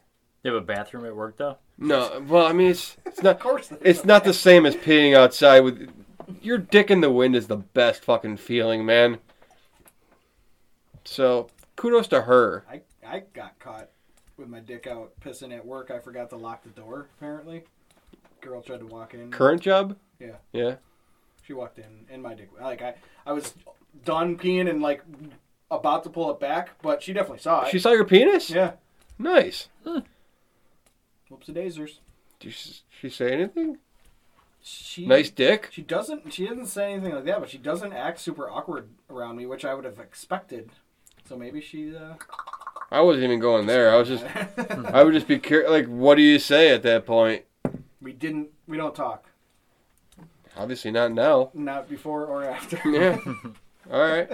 Speaker 4: You have a bathroom at work though.
Speaker 1: No, well, I mean it's it's not
Speaker 2: Of course.
Speaker 1: it's not the same as peeing outside with your dick in the wind is the best fucking feeling, man. So kudos to her.
Speaker 2: I I got caught with my dick out pissing at work. I forgot to lock the door. Apparently, girl tried to walk in.
Speaker 1: Current job?
Speaker 2: Yeah.
Speaker 1: Yeah.
Speaker 2: She walked in, and my dick. Like I I was done peeing and like about to pull it back, but she definitely saw it.
Speaker 1: She saw your penis?
Speaker 2: yeah.
Speaker 1: Nice.
Speaker 2: Whoopsie daisers.
Speaker 1: Did she, she say anything?
Speaker 2: She
Speaker 1: Nice dick.
Speaker 2: She doesn't. She doesn't say anything like that, but she doesn't act super awkward around me, which I would have expected. So maybe she. Uh,
Speaker 1: I wasn't even going there. I was just I would just be curious. Like, what do you say at that point?
Speaker 2: we didn't. We don't talk.
Speaker 1: Obviously not now.
Speaker 2: Not before or after.
Speaker 1: Yeah. All right.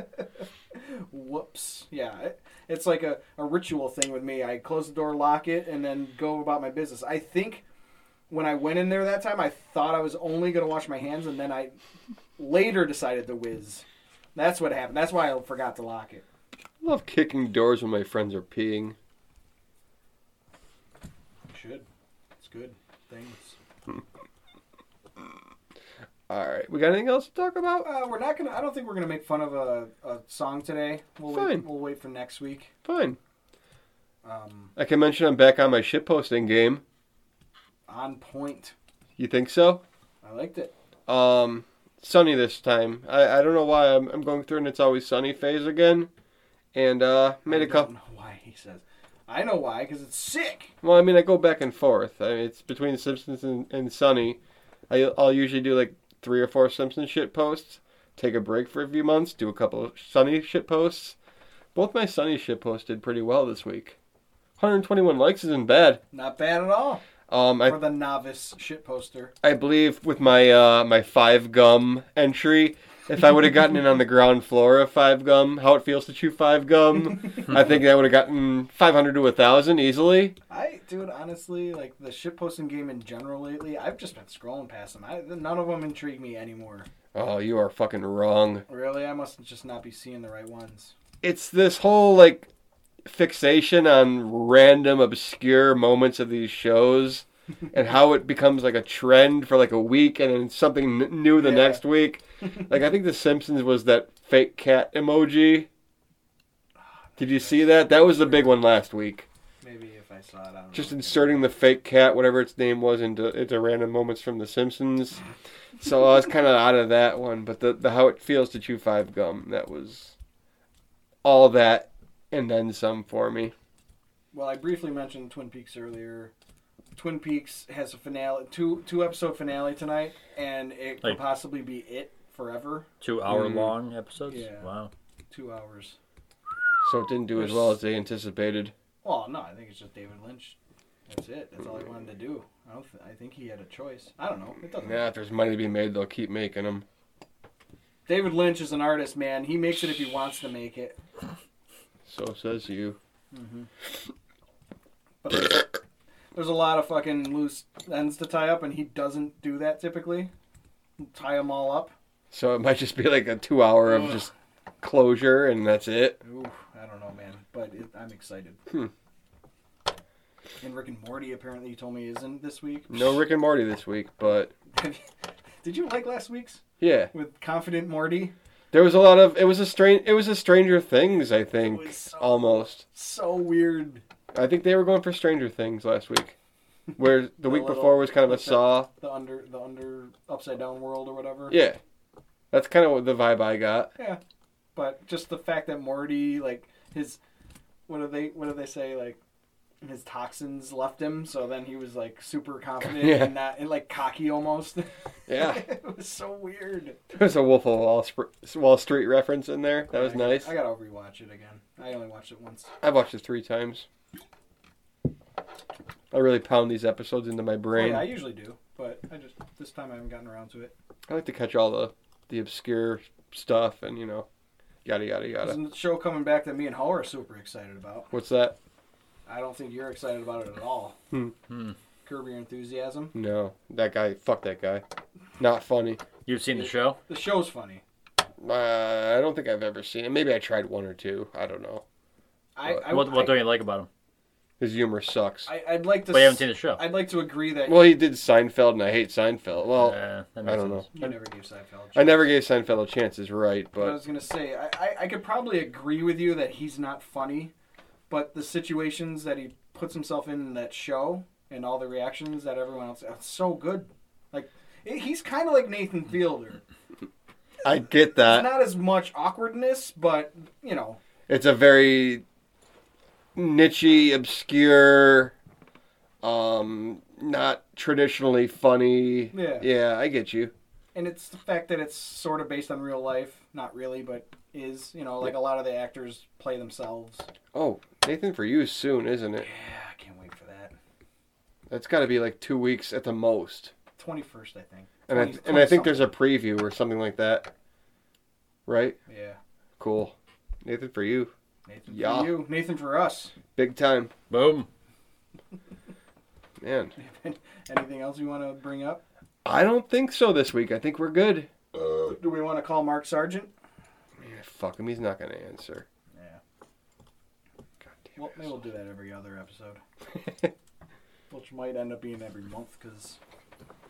Speaker 2: whoops yeah it, it's like a, a ritual thing with me i close the door lock it and then go about my business i think when I went in there that time, I thought I was only gonna wash my hands, and then I later decided to whiz. That's what happened. That's why I forgot to lock it.
Speaker 1: I love kicking doors when my friends are peeing.
Speaker 2: Should. It's good. Things.
Speaker 1: All right, we got anything else to talk about?
Speaker 2: Uh, we're not gonna. I don't think we're gonna make fun of a, a song today. We'll
Speaker 1: Fine.
Speaker 2: Wait, we'll wait for next week.
Speaker 1: Fine.
Speaker 2: Um,
Speaker 1: I can mention I'm back on my shitposting game.
Speaker 2: on point.
Speaker 1: You think so?
Speaker 2: I liked it.
Speaker 1: Um, sunny this time. I, I don't know why I'm, I'm going through an it's always sunny phase again. And uh, made a
Speaker 2: I don't
Speaker 1: couple.
Speaker 2: know why he says. I know why, because it's sick.
Speaker 1: Well, I mean, I go back and forth. I mean, it's between The Simpsons and, and Sunny. I, I'll usually do like three or four Simpsons shit posts, take a break for a few months, do a couple of Sunny shit posts. Both my Sunny shit posts did pretty well this week. 121 likes isn't bad.
Speaker 2: Not bad at all
Speaker 1: Um, I
Speaker 2: for the novice shit poster.
Speaker 1: I believe with my uh, my five gum entry, if I would have gotten in on the ground floor of five gum, how it feels to chew five gum, I think that would have gotten 500 to 1,000 easily.
Speaker 2: I dude, honestly, like the shit posting game in general lately, I've just been scrolling past them. I, none of them intrigue me anymore.
Speaker 1: Oh, you are fucking wrong.
Speaker 2: Really, I must just not be seeing the right ones.
Speaker 1: It's this whole like fixation on random obscure moments of these shows and how it becomes like a trend for like a week and then something n- new the
Speaker 2: Yeah.
Speaker 1: next week. Like I think the Simpsons was that fake cat emoji. Did you see that? That was the big one last week.
Speaker 2: Maybe if I saw it, I don't
Speaker 1: just
Speaker 2: know.
Speaker 1: inserting the fake cat, whatever its name was, into into random moments from The Simpsons. So I was kind of out of that one, but the the how it feels to chew five gum that was all that and then some for me.
Speaker 2: Well, I briefly mentioned Twin Peaks earlier. Twin Peaks has a finale, two two episode finale tonight, and it
Speaker 4: Like-
Speaker 2: could possibly be it forever.
Speaker 4: Two hour
Speaker 1: Mm.
Speaker 4: long episodes.
Speaker 2: Yeah.
Speaker 4: Wow.
Speaker 2: Two hours.
Speaker 1: So it didn't do as well as they anticipated.
Speaker 2: Well, no, I think it's just David Lynch. That's it. That's all he wanted to do. I don't. Th- I think he had a choice. I don't know. It doesn't.
Speaker 1: Yeah, if there's money to be made, they'll keep making them.
Speaker 2: David Lynch is an artist, man. He makes it if he wants to make it.
Speaker 1: So says you.
Speaker 2: But there's- there's a lot of fucking loose ends to tie up, and he doesn't do that typically. Tie them all up.
Speaker 1: So it might just be like a two hour of just closure, and that's it.
Speaker 2: Ooh, I don't know, man, but it, I'm excited.
Speaker 1: Hmm.
Speaker 2: And Rick and Morty apparently you told me isn't this week.
Speaker 1: No Rick and Morty this week, but
Speaker 2: Did you like last week's
Speaker 1: yeah,
Speaker 2: with Confident Morty?
Speaker 1: there was a lot of it was a strange it was a Stranger Things I think
Speaker 2: was so-
Speaker 1: almost.
Speaker 2: So weird.
Speaker 1: I think they were going for Stranger Things last week, where the, week
Speaker 2: little-
Speaker 1: before was kind of a
Speaker 2: what's that?
Speaker 1: Saw.
Speaker 2: The under the under upside down world or whatever.
Speaker 1: Yeah, that's kind of what the vibe I got.
Speaker 2: But just the fact that Morty like his what do they what do they say like his toxins left him, so then he was like super confident
Speaker 1: Yeah.
Speaker 2: and not and like cocky almost.
Speaker 1: Yeah,
Speaker 2: it was so weird.
Speaker 1: there's a Wolf of Wall, Sp- Wall Street reference in there. That was
Speaker 2: I-
Speaker 1: nice.
Speaker 2: I gotta rewatch it again. I only watched it once.
Speaker 1: I watched it three times. I really pound these episodes into my
Speaker 2: Well,
Speaker 1: brain.
Speaker 2: yeah, I usually do, but I just this time I haven't gotten around to it.
Speaker 1: I like to catch all the the obscure stuff and you know, yada yada
Speaker 2: There's
Speaker 1: yada.
Speaker 2: a show coming back that me and Ho are super excited about.
Speaker 1: What's that?
Speaker 2: I don't think you're excited about it at all.
Speaker 1: Hmm.
Speaker 2: Curb your enthusiasm.
Speaker 1: No, that guy. Fuck that guy. Not funny.
Speaker 4: You've seen the show?
Speaker 2: The show's funny.
Speaker 1: Uh, I don't think I've ever seen it. Maybe I tried one or two. I don't know.
Speaker 2: I, I,
Speaker 4: what what
Speaker 2: I,
Speaker 4: don't you like about him?
Speaker 1: His humor sucks.
Speaker 2: I, would like to.
Speaker 4: But you haven't
Speaker 2: s-
Speaker 4: seen the show.
Speaker 2: I'd like to agree that
Speaker 1: Well, he did Seinfeld, and I hate Seinfeld. Well,
Speaker 4: Uh, that
Speaker 1: I don't know.
Speaker 2: you never gave Seinfeld.
Speaker 1: I never gave Seinfeld a chance, is right,
Speaker 2: But I
Speaker 1: but
Speaker 2: was gonna say I, I, I could probably agree with you that he's not funny, but the situations that he puts himself in in that show and all the reactions that everyone else it's so good. Like it, he's kind of like Nathan Fielder.
Speaker 1: I get
Speaker 2: It's
Speaker 1: that.
Speaker 2: not as much awkwardness, but you know,
Speaker 1: It's a very nichey, obscure, um, not traditionally funny.
Speaker 2: Yeah.
Speaker 1: yeah, I get you.
Speaker 2: and it's the fact that it's sort of based on real life, not really, but is you know like a lot of the actors play themselves.
Speaker 1: Oh, Nathan for you is soon, isn't it?
Speaker 2: Yeah, Ah, I can't wait for that.
Speaker 1: That's got to be like two weeks at the most.
Speaker 2: Twenty first, I think.
Speaker 1: And I,
Speaker 2: 20
Speaker 1: and I think there's
Speaker 2: 20-something.
Speaker 1: a preview or something like that. Right?
Speaker 2: yeah
Speaker 1: Cool. Nathan for you.
Speaker 2: Nathan
Speaker 1: Yeah.
Speaker 2: for you, Nathan for us.
Speaker 1: Big time.
Speaker 4: Boom.
Speaker 1: Man,
Speaker 2: Anything else you want to bring up?
Speaker 1: I don't think so this week. I think we're good.
Speaker 2: Do we want to call Mark Sargent?
Speaker 1: Man, fuck him. He's not going to answer.
Speaker 2: Yeah.
Speaker 1: God damn
Speaker 2: Well,
Speaker 1: it.
Speaker 2: maybe we'll do that every other episode, which might end up being every month because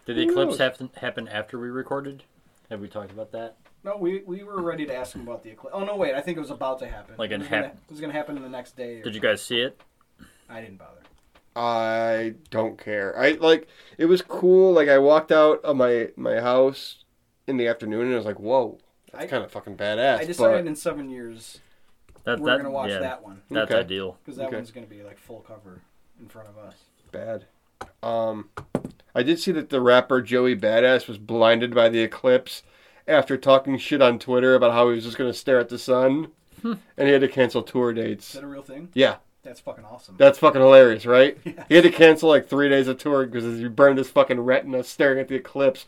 Speaker 4: Did the
Speaker 1: Who
Speaker 4: eclipse
Speaker 1: knows?
Speaker 4: happen, happen after we recorded? Have we talked about that?
Speaker 2: no, we we were ready to ask him about the eclipse. Oh no, wait, I think it was about to happen.
Speaker 4: Like
Speaker 2: it
Speaker 4: it
Speaker 2: was gonna-
Speaker 4: hap-
Speaker 2: It was going to happen the next day. or-
Speaker 4: Did you guys see it?
Speaker 2: I didn't bother.
Speaker 1: I don't care. I like it was cool. Like I walked out of my my house in the afternoon and I was like, "Whoa, that's
Speaker 2: I-
Speaker 1: kind of fucking badass."
Speaker 2: I
Speaker 1: but
Speaker 2: decided in seven years
Speaker 4: That,
Speaker 2: we're
Speaker 4: that-
Speaker 2: going to watch
Speaker 4: yeah,
Speaker 2: that one
Speaker 4: That's
Speaker 1: Okay.
Speaker 4: ideal.
Speaker 2: because that
Speaker 1: Okay.
Speaker 2: one's going to be like full cover in front of us.
Speaker 1: bad. Um, I did see that the rapper Joey Badass was blinded by the eclipse after talking shit on Twitter about how he was just gonna stare at the sun,
Speaker 2: Hmm.
Speaker 1: and he had to cancel tour
Speaker 2: Is
Speaker 1: dates.
Speaker 2: that a real thing?
Speaker 1: Yeah,
Speaker 2: That's fucking awesome.
Speaker 1: that's fucking hilarious, right? He had to cancel like three days of tour because he burned his fucking retina staring at the eclipse,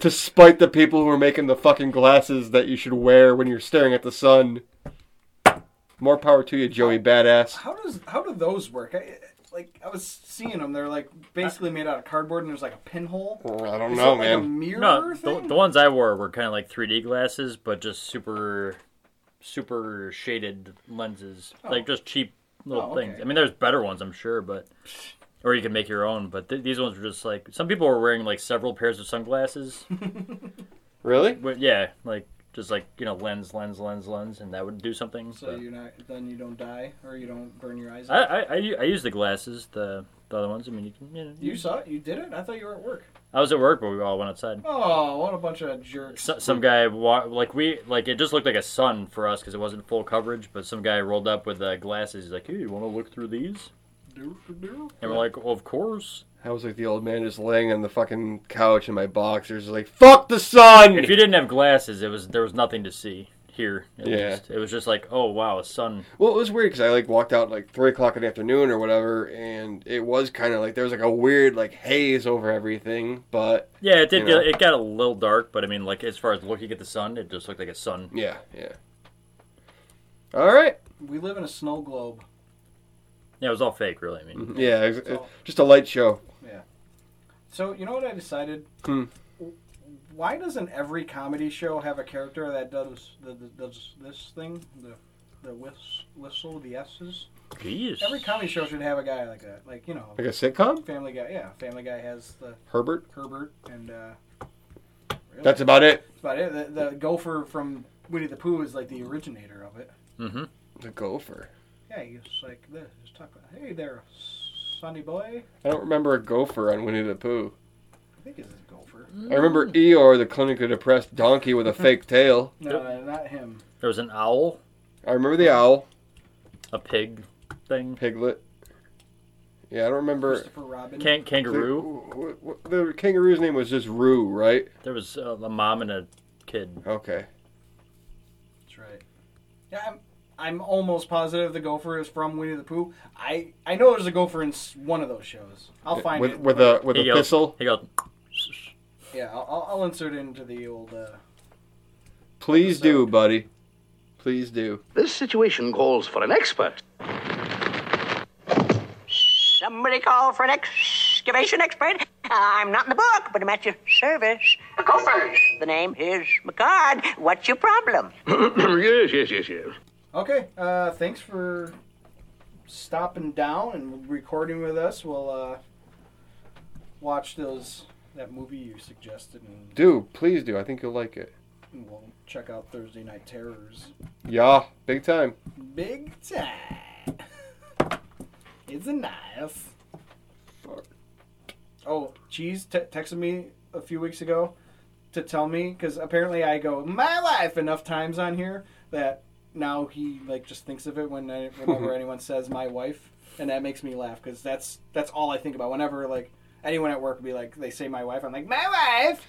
Speaker 1: to spite the people who were making the fucking glasses that you should wear when you're staring at the sun. More power to you, Joey Badass.
Speaker 2: how does how do those work? I, like I was seeing them, they're like basically made out of cardboard, and there's like a pinhole.
Speaker 1: I don't
Speaker 2: Is
Speaker 1: know,
Speaker 2: that like a
Speaker 1: man.
Speaker 2: mirror
Speaker 4: No, the,
Speaker 2: thing?
Speaker 4: the ones I wore were kind of like 3D glasses, but just super, super shaded lenses, like just cheap little
Speaker 2: Oh,
Speaker 4: things.
Speaker 2: okay.
Speaker 4: I mean, there's better ones, I'm sure, but or you can make your own. But th- these ones were just like some people were wearing like several pairs of sunglasses.
Speaker 1: Really?
Speaker 4: but yeah, like just like you know lens, lens, lens, lens, and that would do something.
Speaker 2: So
Speaker 4: but-
Speaker 2: you're not then you don't die or you don't burn your eyes
Speaker 4: I,
Speaker 2: out.
Speaker 4: I, I u- I use the glasses, the the other ones. I mean, you can. You know,
Speaker 2: you saw it, you did it. I thought you were at work.
Speaker 4: I was at work, but we all went outside.
Speaker 2: Oh, what a bunch of jerks!
Speaker 4: So, some guy wa- like we like it just looked like a sun for us because it wasn't full coverage. But some guy rolled up with uh, glasses. He's like, "Hey, you want to look through these?" And we're like, well, "Of course."
Speaker 1: I was like the old man just laying on the fucking couch in my boxers, just like fuck the sun.
Speaker 4: If you didn't have glasses, it was there was nothing to see here. At
Speaker 1: Yeah.
Speaker 4: least. it was just like, "Oh wow, a sun."
Speaker 1: Well, it was weird because I like walked out like three o'clock in the afternoon or whatever, and it was kind of like there was like a weird like haze over everything. But
Speaker 4: Yeah, it did.
Speaker 1: You know.
Speaker 4: Get, it got a little dark, but I mean, like as far as looking at the sun, it just looked like a sun.
Speaker 1: yeah, yeah. All right.
Speaker 2: We live in a snow globe.
Speaker 4: Yeah, it was all fake, really. I mean,
Speaker 1: Yeah, it was- it- just a light show.
Speaker 2: So you know what I decided?
Speaker 1: Hmm.
Speaker 2: Why doesn't every comedy show have a character that does that does this thing? The the whis- whistle, the S's.
Speaker 4: jeez.
Speaker 2: Every comedy show should have a guy like that. Like you know,
Speaker 1: Like a sitcom?
Speaker 2: Family Guy. Yeah, Family Guy has the
Speaker 1: Herbert?
Speaker 2: Herbert and. uh really,
Speaker 1: That's about it.
Speaker 2: that's about it. The, the gopher from Winnie the Pooh is like the originator of it.
Speaker 4: mm-hmm.
Speaker 1: The gopher.
Speaker 2: Yeah, he's like this. He's talking about, hey there, sunny boy.
Speaker 1: I don't remember a gopher on Winnie the Pooh.
Speaker 2: I think it's a gopher.
Speaker 1: I remember Eeyore, the clinically depressed donkey with a fake tail.
Speaker 2: No,
Speaker 4: Yep.
Speaker 2: no, not him.
Speaker 4: There was an owl,
Speaker 1: I remember the owl,
Speaker 4: a pig thing,
Speaker 1: piglet. Yeah, I don't remember.
Speaker 2: Christopher Robin.
Speaker 4: can-
Speaker 1: The,
Speaker 4: kangaroo.
Speaker 1: w- w- the kangaroo's name was just Roo, right?
Speaker 4: There was uh, a mom and a kid.
Speaker 1: Okay.
Speaker 2: That's right. Yeah, I'm, I'm almost positive the gopher is from Winnie the Pooh. I, I know there's a gopher in s- one of those shows. I'll find
Speaker 1: with
Speaker 2: it.
Speaker 1: with a with
Speaker 4: He
Speaker 1: a
Speaker 4: goes-
Speaker 1: pistol.
Speaker 4: He goes,
Speaker 2: Yeah, I'll, I'll- I'll insert it into the old. Uh,
Speaker 1: Please do,
Speaker 2: episode.
Speaker 1: buddy. Please do.
Speaker 10: This situation calls for an expert.
Speaker 7: Somebody call for an excavation expert. I'm not in the book, but I'm at your service. McCord. The name is McCord. What's your problem?
Speaker 10: yes, yes, yes, yes.
Speaker 2: okay, uh, thanks for stopping down and recording with us. We'll uh, watch those that movie you suggested, and
Speaker 1: Do please do. I think you'll like it.
Speaker 2: we'll check out Thursday Night Terrors.
Speaker 1: Yeah, big time.
Speaker 2: Big time. it's a knife. Oh, cheese te- texted me a few weeks ago to tell me because apparently I go my life enough times on here that now he like just thinks of it when I, whenever anyone says my wife, and that makes me laugh because that's that's all I think about whenever like anyone at work would be like they say my wife, I'm like my wife,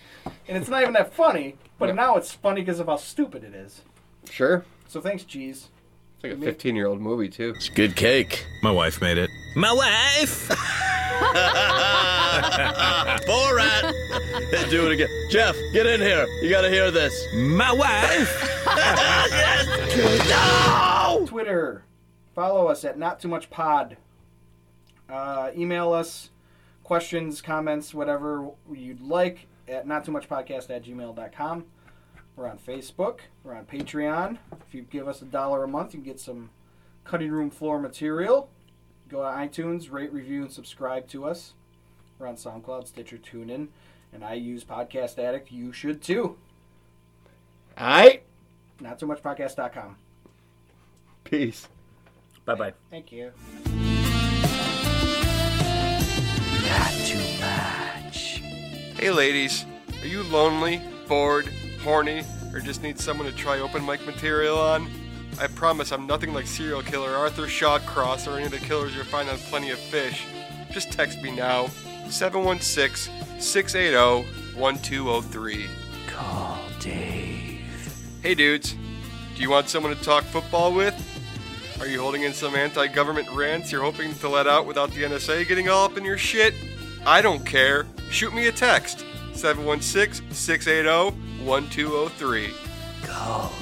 Speaker 2: and it's not even that funny, but now it's funny because of how stupid it is.
Speaker 1: Sure.
Speaker 2: So thanks, cheese.
Speaker 1: It's like a 15 year old movie too.
Speaker 8: It's good cake. My wife made it. My wife! Borat! Do it again. Jeff, get in here. You gotta hear this. My wife!
Speaker 2: Twitter. Follow us at Not Too Much Pod. Uh, email us questions, comments, whatever you'd like at not too much podcast at gmail.com. We're on Facebook. We're on Patreon. If you give us a dollar a month, you can get some cutting room floor material. Go to iTunes, rate, review, and subscribe to us. We're on SoundCloud, Stitcher, TuneIn, and I use Podcast Addict. You should too.
Speaker 1: Alright.
Speaker 2: Not too much podcast.com.
Speaker 1: Peace.
Speaker 4: Bye bye.
Speaker 2: Thank you.
Speaker 1: Not too much. Hey, ladies, are you lonely, bored, horny, or just need someone to try open mic material on? I promise I'm nothing like serial killer Arthur Shawcross or any of the killers you'll find on Plenty of Fish. Just text me now 716 680 1203. Call Dave. Hey, dudes, do you want someone to talk football with? Are you holding in some anti government rants you're hoping to let out without the NSA getting all up in your shit? I don't care. Shoot me a oh, text 716 680 1203. Call